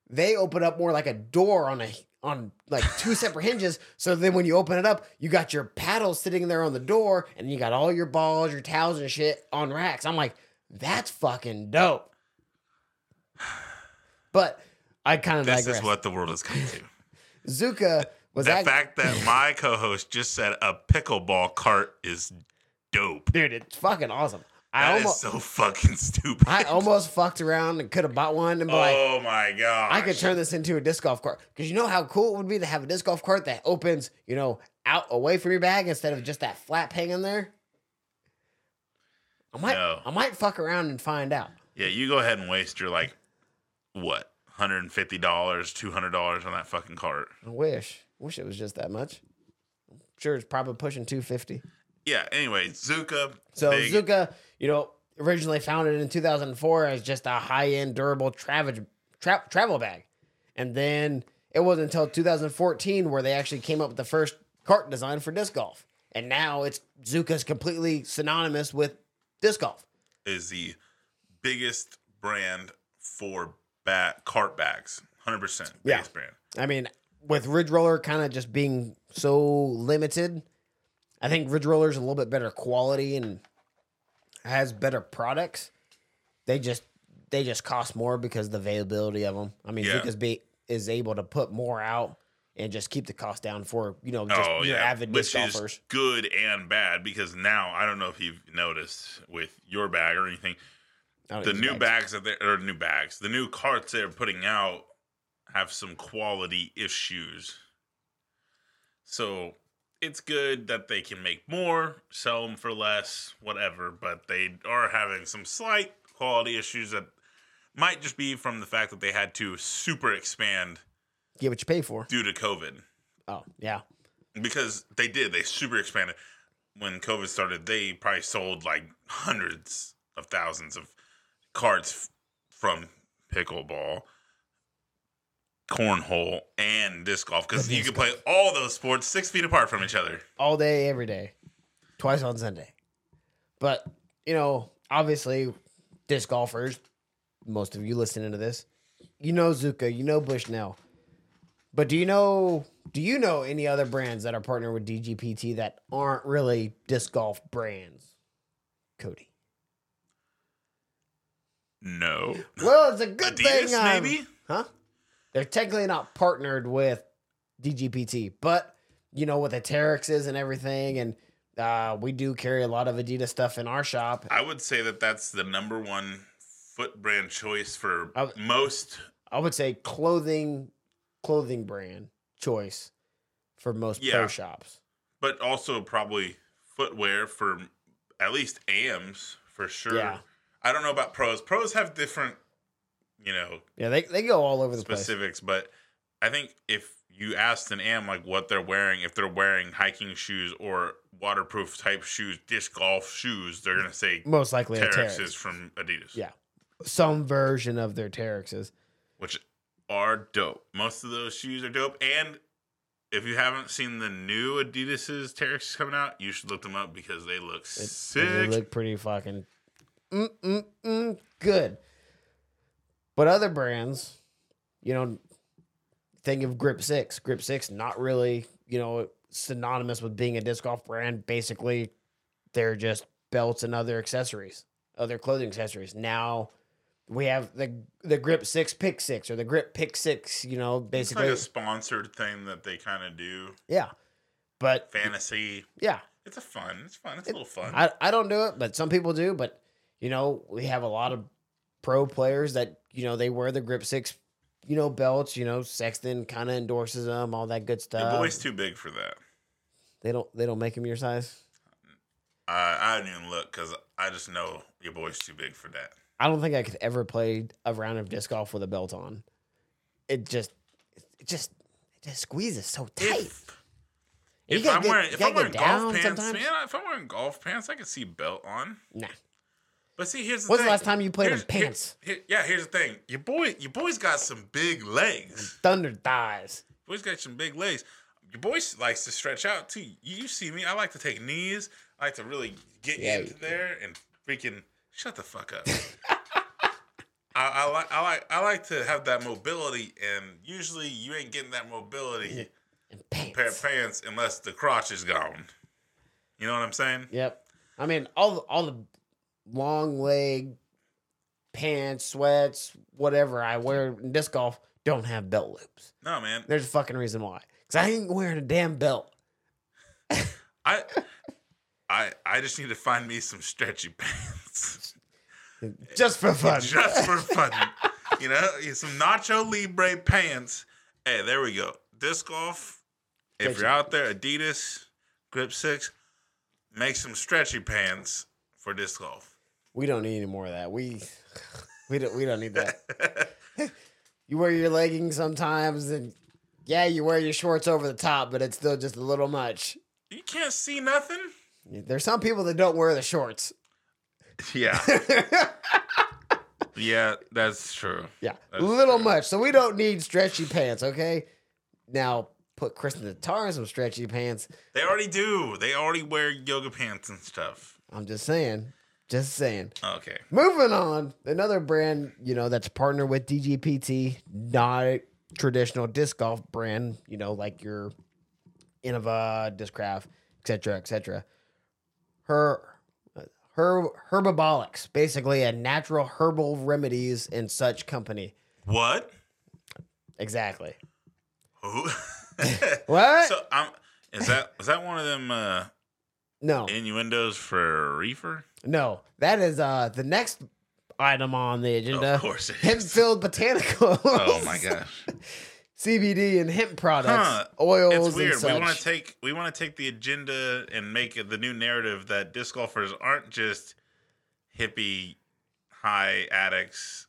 they open up more like a door on a on like two separate hinges. So then when you open it up, you got your paddle sitting there on the door and you got all your balls, your towels and shit on racks. I'm like, that's fucking dope. But I kind of This digress. is what the world has come to. Zuka was The that fact that my co-host just said a pickleball cart is dope. dude? It's fucking awesome. I That is almost so fucking stupid. I almost fucked around and could have bought one and be like, oh my god! I could turn this into a disc golf cart. Because you know how cool it would be to have a disc golf cart that opens, you know, out away from your bag instead of just that flap hanging there. I might, No. I might fuck around and find out. Yeah, you go ahead and waste your like what, hundred and fifty dollars, two hundred dollars on that fucking cart. I wish, wish it was just that much. I'm sure it's probably pushing two fifty. Yeah. Anyway, Zuka. So big- Zuka, you know, originally founded in 2004 as just a high-end durable travel tra- travel bag, and then it wasn't until 2014 where they actually came up with the first cart design for disc golf, and now it's Zuka's completely synonymous with disc golf. is the biggest brand for bat cart bags. Hundred percent. Yeah. Biggest brand. I mean, with Ridge Roller kind of just being so limited, I think Ridge Roller's a little bit better quality and has better products. They just they just cost more because of the availability of them. I mean, Yeah. Lucas be is able to put more out and just keep the cost down for you know just oh your yeah, avid which disc is golfers. good and bad because now I don't know if you've noticed with your bag or anything, I don't the use new bags. bags that they're or new bags, the new carts they're putting out have some quality issues. So it's good that they can make more, sell them for less, whatever, but they are having some slight quality issues that might just be from the fact that they had to super expand Get what you pay for. due to COVID. Oh yeah, Because they did, they super expanded. When COVID started, they probably sold like hundreds of thousands of cards f- from pickleball, cornhole, and disc golf because you can play all those sports six feet apart from each other. all day, every day, twice on Sunday. But you know, obviously, disc golfers, most of you listening to this, you know Zuka, you know Bushnell, but do you know do you know any other brands that are partnered with DGPT that aren't really disc golf brands, Cody? No, Well, it's a good Adidas thing, um, maybe. huh? They're technically not partnered with DGPT, but you know with the Terexes and everything, and uh, we do carry a lot of Adidas stuff in our shop. I would say that that's the number one foot brand choice for I w- most. I would say clothing, clothing brand choice for most Yeah. pro shops. but also probably footwear for at least AMs for sure. Yeah. I don't know about pros. Pros have different, you know, Yeah, they, they go all over the place. specifics, but I think if you asked an AM like what they're wearing, if they're wearing hiking shoes or waterproof type shoes, disc golf shoes, they're gonna say Most likely a Terex Mm, Terex. is from Adidas. Yeah. Some version of their Terexes. which are dope. Most of those shoes are dope. And if you haven't seen the new Adidas's Terexes coming out, you should look them up because they look sick. They look pretty fucking mm, mm, mm, good. But other brands, you know, think of Grip Six. Grip Six, not really, you know, synonymous with being a disc golf brand. Basically, they're just belts and other accessories, other clothing accessories. Now we have the the Grip Six Pick Six or the Grip Pick Six. You know, it's like basically, a sponsored thing that they kind of do. yeah. But Fantasy. yeah, It's a fun. It's fun. It's a little fun. I, I don't do it, but some people do. But you know, we have a lot of pro players that you know they wear the grip six, you know, belts. You know, Sexton kind of endorses them, all that good the stuff. boy's too big for that. They don't they don't make them your size. I I didn't even look because I just know your boy's too big for that. I don't think I could ever play a round of disc golf with a belt on. It just it just it just squeezes so tight. If, And if you gotta I'm get- wearing you if gotta I'm wearing get golf down pants, sometimes. man, if I'm wearing golf pants, I can see belt on. Nah. But see, here's the When's the thing. last time you played in Here's- here- pants? here- yeah, here's the thing. Your boy, your boy's got some big legs. Thunder thighs. Boy's got some big legs. Your boy s- likes to stretch out too. You, you see me? I like to take knees. I like to really get Yeah. into there and freaking shut the fuck up. I, I like I like I like to have that mobility, and usually you ain't getting that mobility and pair of Pants. pants unless the crotch is gone. You know what I'm saying? Yep. I mean, all the- all the long leg pants, sweats, whatever I wear in disc golf don't have belt loops. No, man. There's a fucking reason why. Because I ain't wearing a damn belt. I I I just need to find me some stretchy pants. Just for fun. just for fun. you know, some Nacho Libre pants. Hey, there we go. Disc golf. If Stretchy you're out there, Adidas, Grip Six, make some stretchy pants for disc golf. we don't need any more of that. We we don't we don't need that. you wear your leggings sometimes and yeah, you wear your shorts over the top, but it's still just a little much. You can't see nothing. There's some people that don't wear the shorts. Yeah. yeah, that's true. Yeah, That's little true. much. So we don't need stretchy pants, okay? Now put Kristen Tatar in some stretchy pants. They already do. They already wear yoga pants and stuff. I'm just saying, just saying. Okay. Moving on, another brand you know that's partnered with DGPT, not a traditional disc golf brand, you know like your Innova, Discraft, etc., etc. Her, her herbabolics, basically a natural herbal remedies and such company. What? Exactly. Who? What? so I'm. Is that is that one of them uh, no. innuendos for reefer? No, that is uh the next item on the agenda. Of course it is. Hemp-filled botanicals. Oh my gosh. CBD and hemp products, Huh. oils, It's weird. and We such. want to take we want to take the agenda and make it the new narrative that disc golfers aren't just hippie high addicts,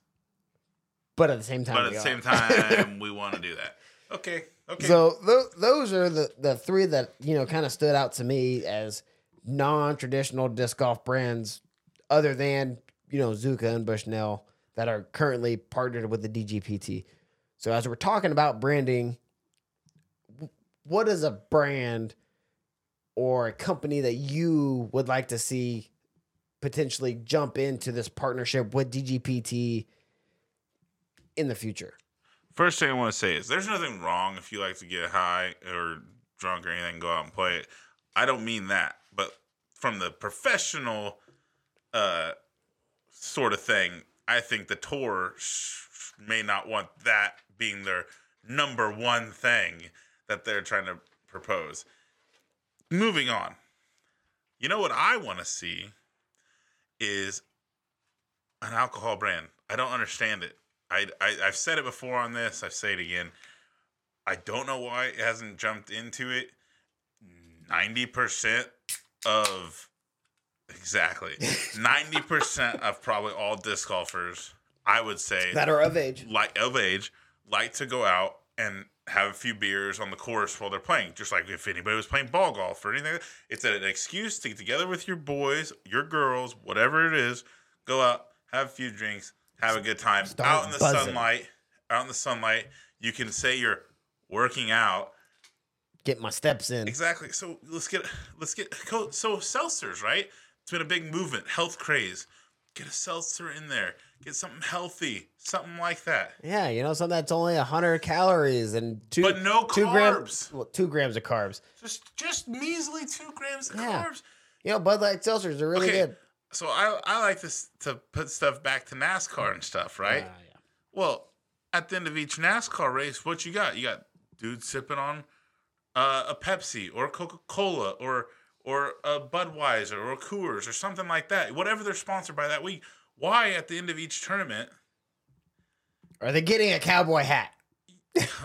but at the same time, but at we the are. same time we want to do that. Okay. Okay. So tho- those are the the three that you know kind of stood out to me as non-traditional disc golf brands, other than you know Zuka and Bushnell that are currently partnered with the DGPT. So as we're talking about branding, w- what is a brand or a company that you would like to see potentially jump into this partnership with DGPT in the future? First thing I want to say is there's nothing wrong if you like to get high or drunk or anything, go out and play it. I don't mean that, but from the professional uh, sort of thing, I think the tour sh- sh- may not want that being their number one thing that they're trying to propose. Moving on. You know what I want to see is an alcohol brand. I don't understand it. I, I I've said it before on this. I say it again. I don't know why it hasn't jumped into it. ninety percent of exactly ninety percent of probably all disc golfers, I would say, that are of age. like of age, like to go out and have a few beers on the course while they're playing. Just like if anybody was playing ball golf or anything, it's an excuse to get together with your boys, your girls, whatever it is. Go out, have a few drinks, have a good time Start out in the buzzing. sunlight. Out in the sunlight, you can say you're working out Get my steps in. Exactly. So let's get let's get co- so seltzers, right? It's been a big movement, health craze. Get a seltzer in there. Get something healthy, something like that. Yeah, you know something that's only hundred calories and two, But no two grams, carbs. well, two grams of carbs. Just just measly two grams of Yeah. carbs. You know, Bud Light seltzers are really Okay, good. so I I like this to put stuff back to NASCAR and stuff, right? Ah, yeah. Well, at the end of each NASCAR race, what you got? You got dudes sipping on uh, a Pepsi or Coca Cola or or a Budweiser or Coors or something like that. Whatever they're sponsored by that week. Why at the end of each tournament? Are they getting a cowboy hat?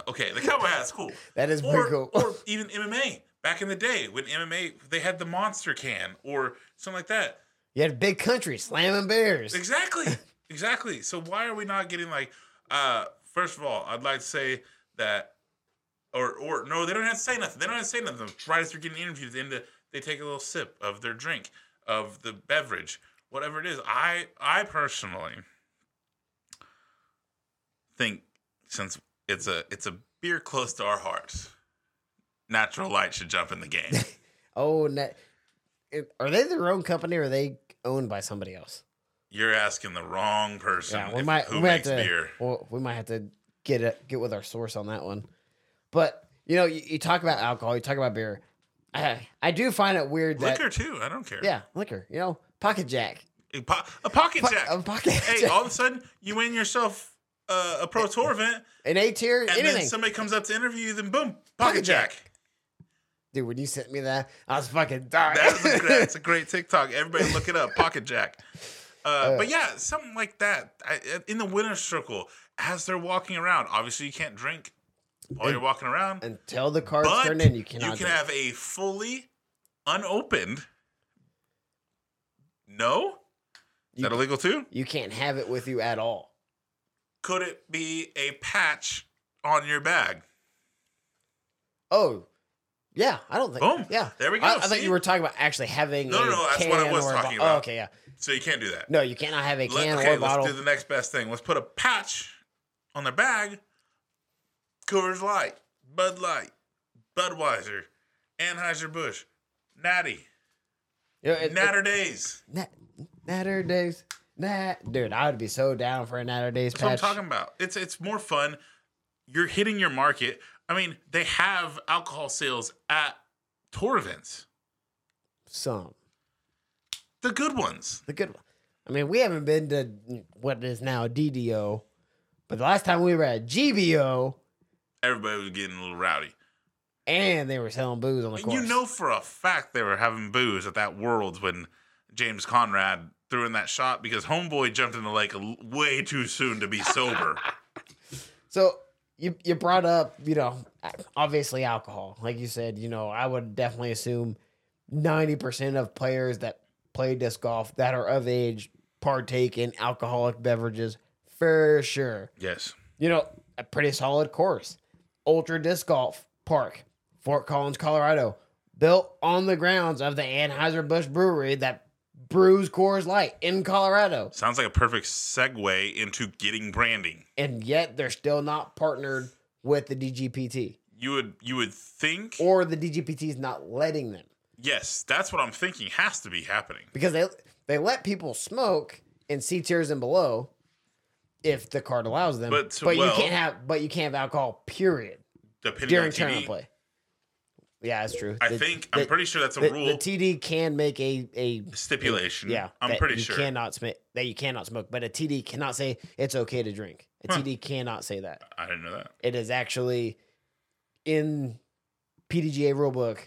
Okay, the cowboy hat's cool. That is or, pretty cool. or even MMA. Back in the day, when MMA they had the monster can or something like that. you had big country slamming bears. Exactly. Exactly. So why are we not getting like uh first of all, I'd like to say that or or no, they don't have to say nothing. They don't have to say nothing. Right as they're getting interviewed, then the, they take a little sip of their drink, of the beverage, whatever it is. I I personally think since it's a it's a beer close to our hearts, natural light should jump in the game. Oh, na- it- are they their own company or are they owned by somebody else? You're asking the wrong person Yeah, we if- might who we might have makes to beer. well, we might have to get a, get with our source on that one. But you know, you, you talk about alcohol, you talk about beer. I I do find it weird that Liquor too. I don't care. yeah, liquor. You know, pocket jack, A, po- a pocket Po- jack. a pocket hey, jack. all of a sudden you win yourself uh, a pro tour event, an A tier, oh, and anything. then somebody comes up to interview you, then boom, pocket, Pocket jack. Dude, when you sent me that, I was fucking dying. That's a, great- that's a great TikTok. Everybody look it up, pocket jack. Uh, but yeah, something like that I, in the winner's circle as they're walking around. Obviously, you can't drink while you're walking around, Until the cards but turn in, you you can cannot. do it. have a fully unopened. No, is You- that illegal too? you can't have it with you at all. could it be a patch on your bag? Oh, yeah. I don't think. Boom. Yeah. There we go. I, I thought See? you were talking about actually having. No, a no, no, that's what I can was or a bo- talking about. Oh, okay, yeah. So you can't do that. No, you cannot have a Let- can okay, or a bottle. let's do the next best thing. Let's put a patch on their bag. Coors Light, Bud Light, Budweiser, Anheuser Busch, Natty, You know, it- it- Natter Days. Nat- Natter days. Nat, dude, I would be so down for a Natter days That's what I'm patch. talking about. It's it's more fun. You're hitting your market. I mean, they have alcohol sales at tour events, Some the good ones. the good one. I mean, we haven't been to what is now DDO, but the last time we were at GBO, Everybody was getting a little rowdy. and they were selling booze on the And course. you know for a fact they were having booze at that Worlds when James Conrad threw in that shot because Homeboy jumped in the lake a l- way too soon to be sober. So you you brought up, you know, obviously alcohol. Like you said, you know, I would definitely assume ninety percent of players that play disc golf that are of age partake in alcoholic beverages for sure. yes. You know, a pretty solid course. Ultra Disc Golf Park, Fort Collins, Colorado, built on the grounds of the Anheuser-Busch Brewery that brews Coors Light in Colorado. Sounds like a perfect segue into getting branding. And yet they're still not partnered with the DGPT. You would you would think or the DGPT is not letting them yes, that's what I'm thinking has to be happening. because they they let people smoke in C tiers and below if the card allows them. But so- you well- can't have but you can't have alcohol period Depending during on tournament TV, play. Yeah, that's true. I The- think the, I'm pretty sure that's a the, rule the TD can make a a stipulation. yeah. I'm that pretty you sure. cannot smoke that you cannot smoke, but a TD cannot say it's okay to drink. A TD cannot say that. I didn't know that. It is actually in PDGA rulebook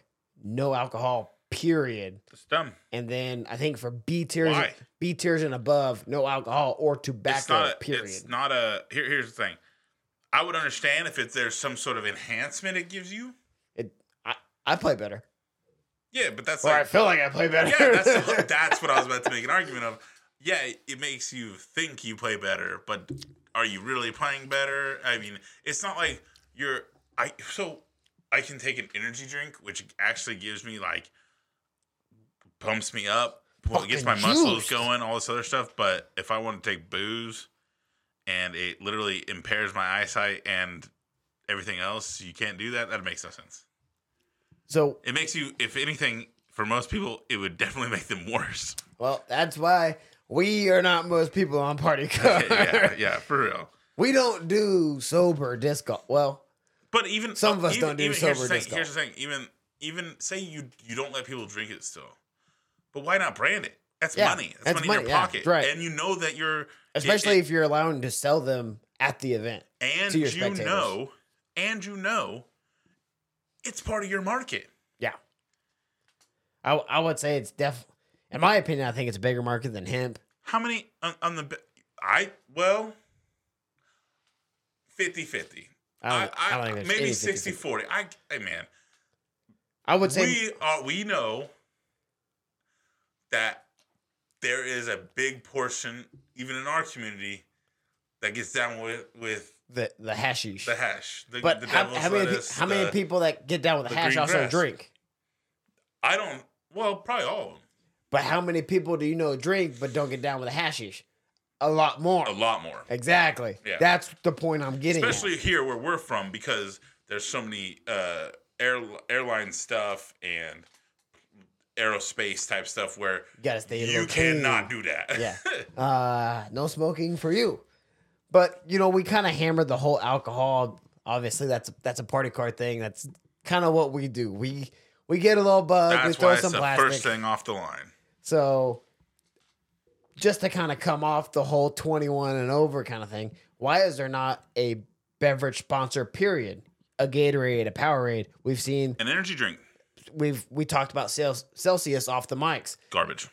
no alcohol period That's dumb. and then I think for B tiers, Why? B tiers and above, no alcohol or it's tobacco. not a, period. It's not a. Here, here's the thing. I would understand if it's, there's some sort of enhancement it gives you. It- I I play better. Yeah, but that's Or I like feel like I play better. yeah, that's that's what I was about to make an argument of. Yeah, it makes you think you play better, but are you really playing better? I mean, it's not like you're I so I can take an energy drink, which actually gives me like pumps me up, well, it gets my Fucking muscles juiced. going, all this other stuff. But if I want to take booze and it literally impairs my eyesight and everything else, you can't do that. That makes no sense. so It makes you, if anything, for most people, it would definitely make them worse. Well, that's why we are not most people on party car. yeah, yeah, for real. We don't do sober disc golf. Well, But even Some of us even- don't do even- here's sober the thing, disco. Here's the thing: even even say you you don't let people drink it still, but why not brand it? That's Yeah, money. That's, that's money, in money, your yeah, pocket, right. And you know that you're especially it- if you're allowing to sell them at the event. and to your you spectators. know, and you know, it's part of your market. Yeah. I, I would say it's def. In my opinion, I think it's a bigger market than hemp. How many on, on the I well 50-50. I don't, I, don't think there's maybe any 60 50. 40. I hey man, I would say we are we know that there is a big portion even in our community that gets down with with the the hashish. the hash the, but the how, devil's how many pe- lettuce, how many the- people that get down with the the hash green also grass. drink? i don't well probably all of But how many people do you know drink but don't get down with the hashish? A lot more. them a lot more Exactly. Yeah. That's the point I'm getting. at. especially here where we're from because there's so many uh air, airline stuff and aerospace type stuff where You gotta stay. you low-key. cannot do that Yeah. Uh, no smoking for you. But you know, we kind of hammered the whole alcohol. Obviously, that's that's a party car thing. That's kind of what we do. We we get a little bug. we that's throw why it's some the plastic. first thing off the line So just to kind of come off the whole 21 and over kind of thing, why is there not a beverage sponsor? Period. A Gatorade, a Powerade. We've seen. an energy drink We've we talked about Cels- Celsius off the mics. garbage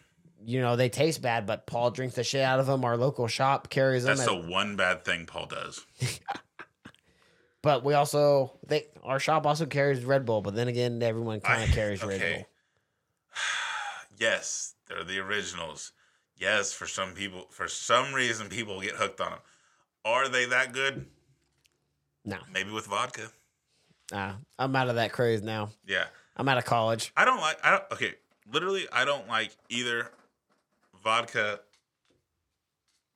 you know they taste bad, but Paul drinks the shit out of them. Our local shop carries them, That's at- the one bad thing Paul does. but we also they our shop also carries Red Bull. But then again, everyone kind I- of carries okay. Red Bull. Yes, they're the originals. Yes, for some people, for some reason, people get hooked on them. Are they that good? No, Maybe with vodka. uh, I'm out of that craze now. Yeah, I'm out of college. I don't like. I don't. Okay, literally, I don't like either vodka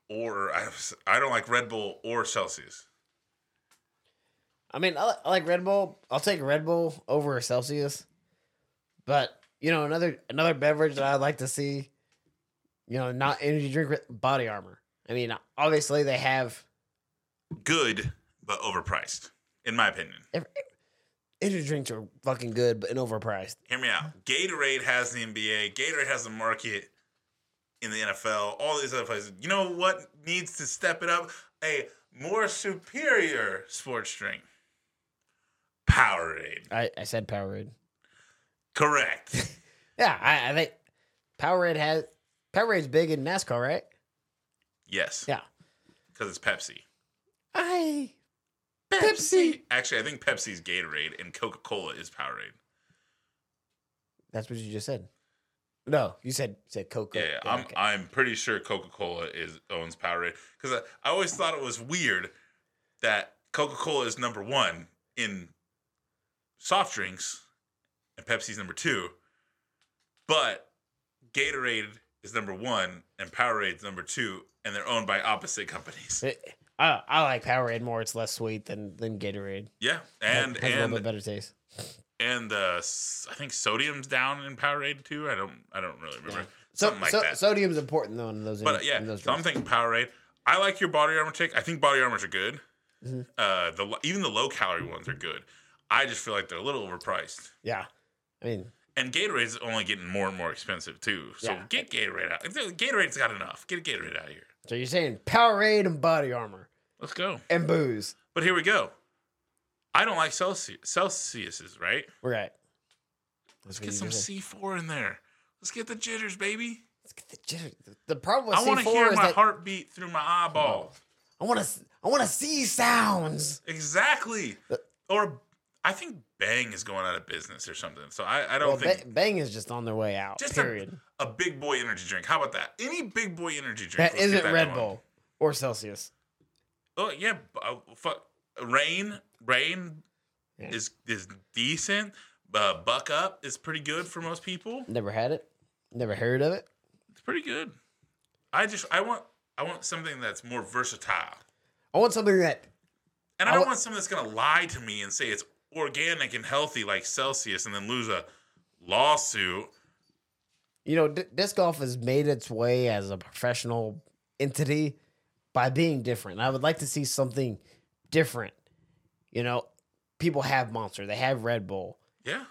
or I. I don't like Red Bull or Celsius. I mean, I, li- I like Red Bull. I'll take Red Bull over a Celsius, but you know another another beverage that I'd like to see, you know, not energy drink with Body Armor. I mean, obviously they have Good, but overpriced, in my opinion. energy drinks are fucking good, but and overpriced. hear me out. Gatorade has the NBA. Gatorade has the market in the NFL. All these other places. You know what needs to step it up? A more superior sports drink. Powerade. I, I said Powerade. Correct. Yeah, I, I think Powerade has Powerade's big in NASCAR, right? yes. Yeah. Because it's Pepsi. I Pepsi. Actually, I think Pepsi's Gatorade and Coca Cola is Powerade. That's what you just said. No, you said said Coca. Yeah, I'm okay. I'm pretty sure Coca Cola is owns Powerade because I, I always thought it was weird that Coca Cola is number one in soft drinks and Pepsi's number two, but Gatorade is number one and Powerade's number two, and they're owned by opposite companies. It- I, I like Powerade more. It's less sweet than than Gatorade. Yeah, and has a little bit and better taste. and uh, s- I think sodium's down in Powerade too. I don't I don't really remember Yeah. So, something like so that. sodium's important though in those. But uh, in, yeah, in those so I'm drinks. thinking Powerade. I like your body armor take. I think body armors are good. Mhm. Uh, the lo- even the low calorie ones are good. I just feel like they're a little overpriced. yeah, I mean, And Gatorade's only getting more and more expensive too. So Yeah. get Gatorade out. If there- Gatorade's got enough. Get Gatorade out of here. so you're saying Powerade and body armor Let's go. and booze, But here we go. I don't like Celsius. Celsius's right. right? Let's That's what get you some just said. C four in there. Let's get the jitters, baby. Let's get the jitter- The problem with I want to C4 hear is my that heartbeat through my eyeball. I want to I want to see sounds. Exactly. Or I think Bang is going out of business or something. So I, I don't well, think Ba- Bang is just on their way out. Just a- period. a big boy energy drink. How about that? Any big boy energy drink. That let's get isn't Red going. Bull or Celsius. Oh yeah, b- uh, fuck. Rain, rain Yeah. is is decent. Uh, buck up is pretty good for most people. Never had it. Never heard of it. It's pretty good. I just I want I want something that's more versatile, I want something that and I I don't wa- want something that's gonna lie to me and say it's organic and healthy like Celsius, and then lose a lawsuit. you know. D- disc golf has made its way as a professional entity by being different. I would like to see something different. You know, people have Monster. They have Red Bull. Yeah,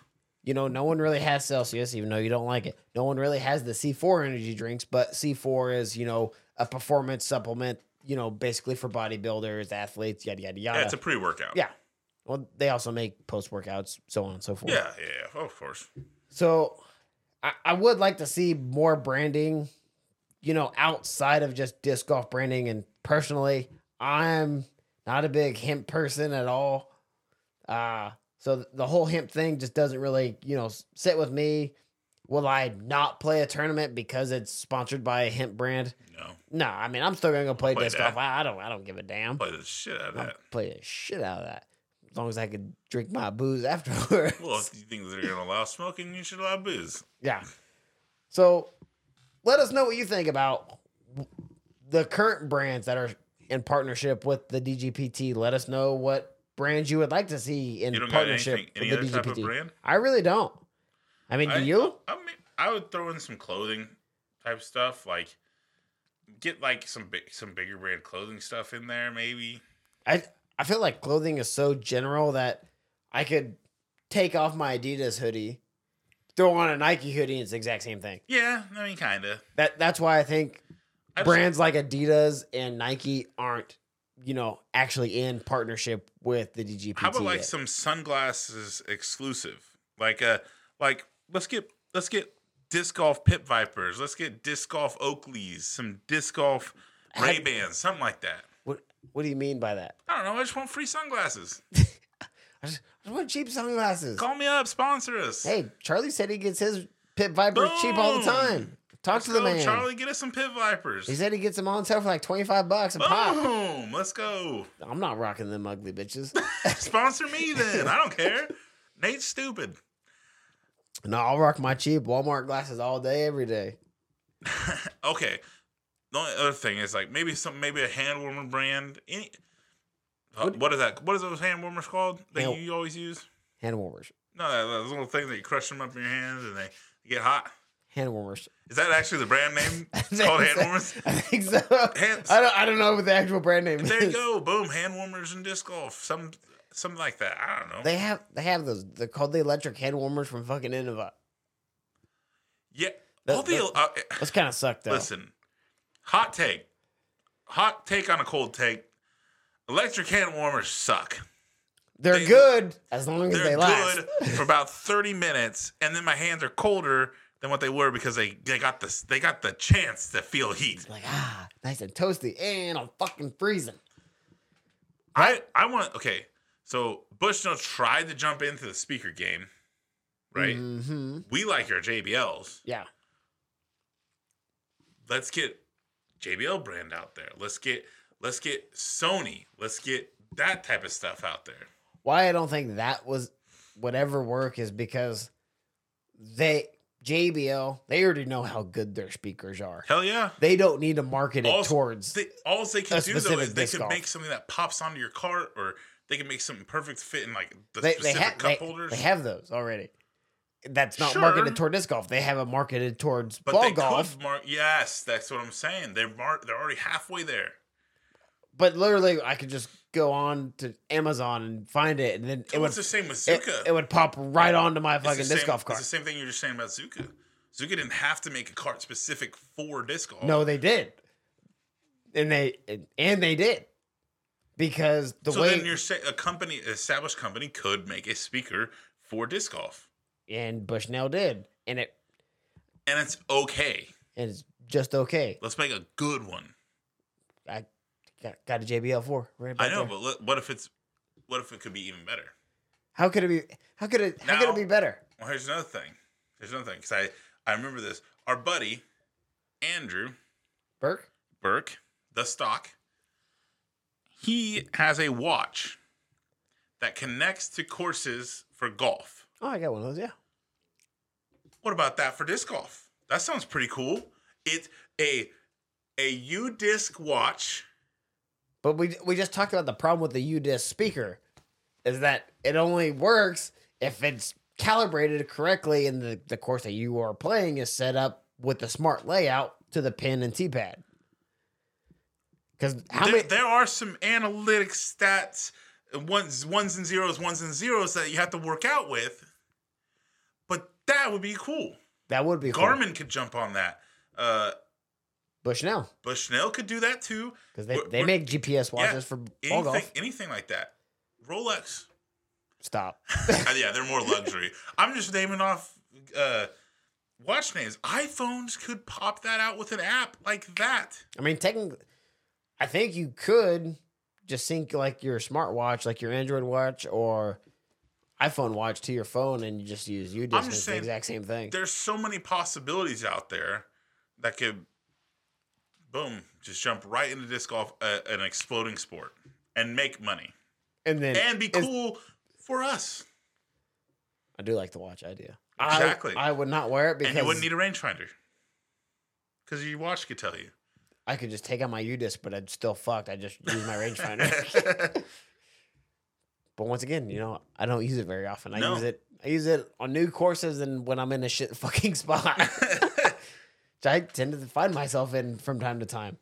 You know, no one really has Celsius, even though you don't like it. No one really has the C4 energy drinks, but C4 is, you know, a performance supplement, you know, basically for bodybuilders, athletes, yada, yada, yada. yeah, it's a pre-workout. Yeah. well, they also make post workouts, so on and so forth. yeah, yeah, yeah, of course. So I, I would like to see more branding, you know, outside of just disc golf branding. And personally, I'm not a big hemp person at all. Uh, so th- the whole hemp thing just doesn't really, you know, s- sit with me. Will I not play a tournament because it's sponsored by a hemp brand? No, No, I mean I'm still gonna go play, Play disc that. golf. I, I don't, I don't give a damn. play the shit out of I'll that. play the shit out of that as long as I could drink my booze afterwards. Well, if you think they're gonna allow smoking, you should allow booze. Yeah. So let us know what you think about the current brands that are in partnership with the DGPT. Let us know what brands you would like to see in You don't got partnership anything, any other with the type of DGPT. brand? I really don't. I mean, do I- you? I mean, I would throw in some clothing type stuff, like get like some big, some bigger brand clothing stuff in there, maybe. I I feel like clothing is so general that I could take off my Adidas hoodie, throw on a Nike hoodie, and it's the exact same thing. Yeah, I mean, kind of. That that's why I think brands like Adidas and Nike aren't, you know, actually in partnership with the DGPT. How about like yet. some sunglasses exclusive? Like uh like let's get let's get disc golf pit vipers. Let's get disc golf Oakleys, some disc golf Had- Ray Bans, something like that. What What do you mean by that? I don't know. I just want free sunglasses. I just, I just want cheap sunglasses. Call me up, sponsor us. Hey, Charlie said he gets his Pit Viper cheap all the Boom. time. Talk Let's to the go, man. Charlie. Get us some pit vipers. He said he gets them on sale for like twenty five bucks a Oh. pop. Boom! Let's go. I'm not rocking them ugly bitches. Sponsor me then. I don't care. Nate's stupid. no, I'll rock my cheap Walmart glasses all day, every day. Okay. The only other thing is like maybe some maybe a hand warmer brand. Any, uh, what is that? What is those hand warmers called that Hand- you always use? Hand warmers. No, that, those little things that you crush them up in your hands and they get hot. Hand warmers. Is that actually the brand name? It's called hand warmers. I think so. Hand- I don't. I don't know what the actual brand name There you is. go. Boom. Hand warmers and disc golf. Some something like that. I don't know. They have. They have those. They're called the electric hand warmers from fucking Innova. yeah. That- all the uh, Those kind of suck though. Listen, hot take, hot take on a cold take. Electric hand warmers suck. they're they- good as long as They're they last. good for about thirty minutes, and then my hands are colder than what they were because they they got this they got the chance to feel heat. like ah, nice and toasty, and I'm fucking freezing. I I want okay. So Bushnell tried to jump into the speaker game, right? Mm-hmm. We like our JBLs. Yeah. let's get JBL brand out there. Let's get let's get Sony. Let's get that type of stuff out there. Why I don't think that was whatever work is because they JBL they already know how good their speakers are. Hell yeah. They don't need to market it All towards. they, all they a can do though specific is they disc can golf. make something that pops onto your cart, or they can make something perfect fit in like the they they specific have cup they, holders. they have those already. That's not Sure. marketed toward disc golf. They have it marketed towards but ball they golf. could mark. Yes, that's what I'm saying. They're mar- they're already halfway there. But literally, I could just go on to Amazon and find it, and then it It would was the same with it, Zuka. it would pop right onto my It's the fucking disc same- golf cart. It's the same thing you were just saying about Zuka. Zuka didn't have to make a cart specific for disc golf. No, they did, and they and they did because the so then way you're saying a company, established company, could make a speaker for disc golf, and Bushnell did, and it and it's okay. and it's just okay. Let's make a good one. I got, got a JBL four. Right I back know, there. but let, what if it's what if it could be even better? How could it be? How could it? How could Now- it be better? Well, here's another thing. Here's another thing because I I remember this. Our buddy Andrew Burke. Burke, the stock. He has a watch that connects to courses for golf. Oh, I got one of those. Yeah. What about that for disc golf? That sounds pretty cool. It's a a U disc watch. But we we just talked about the problem with the U disc speaker, is that it only works if it's calibrated correctly and the, the course that you are playing is set up with the smart layout to the pin and tee pad. Because how there, many? there are some analytic stats, ones ones and zeros, ones and zeros that you have to work out with. But that would be cool. That would be cool. Garmin could jump on that. Uh, Bushnell Bushnell could do that too. because they, We're- they we're- make GPS watches for anything, ball golf. anything like that. Rolex. Stop. Uh, yeah, they're more luxury. I'm just naming off uh, watch names. iPhones could pop that out with an app like that. I mean, technically, I think you could just sync like your smartwatch, like your Android watch or iPhone watch to your phone, and you just use U just disc. It's the saying exact same thing. There's so many possibilities out there that could, boom, just jump right into disc golf, uh, an exploding sport, and make money And then and be it's- cool for us. I do like the watch idea. I- Exactly. I, would not wear it because and you wouldn't need a rangefinder because your watch could tell you. I could just take out my U disc, but I'd still fucked. I just use my rangefinder. yeah, but once again, you know, I don't use it very often. I No. use it. I use it on new courses and when I'm in a shit fucking spot, which I tend to find myself in from time to time.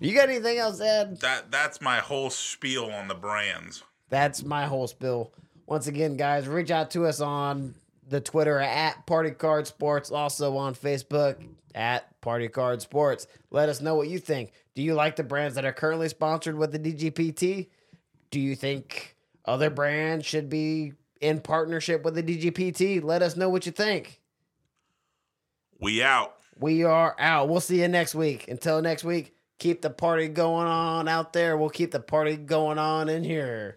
You got anything else, to add? that that's my whole spiel on the brands. That's my whole spill. Once again, guys, reach out to us on the Twitter at Party Card Sports, also on Facebook at Party Card Sports. Let us know what you think. Do you like the brands that are currently sponsored with the DGPT? Do you think other brands should be in partnership with the DGPT? Let us know what you think. We out. We are out. We'll see you next week. Until next week, keep the party going on out there. We'll keep the party going on in here.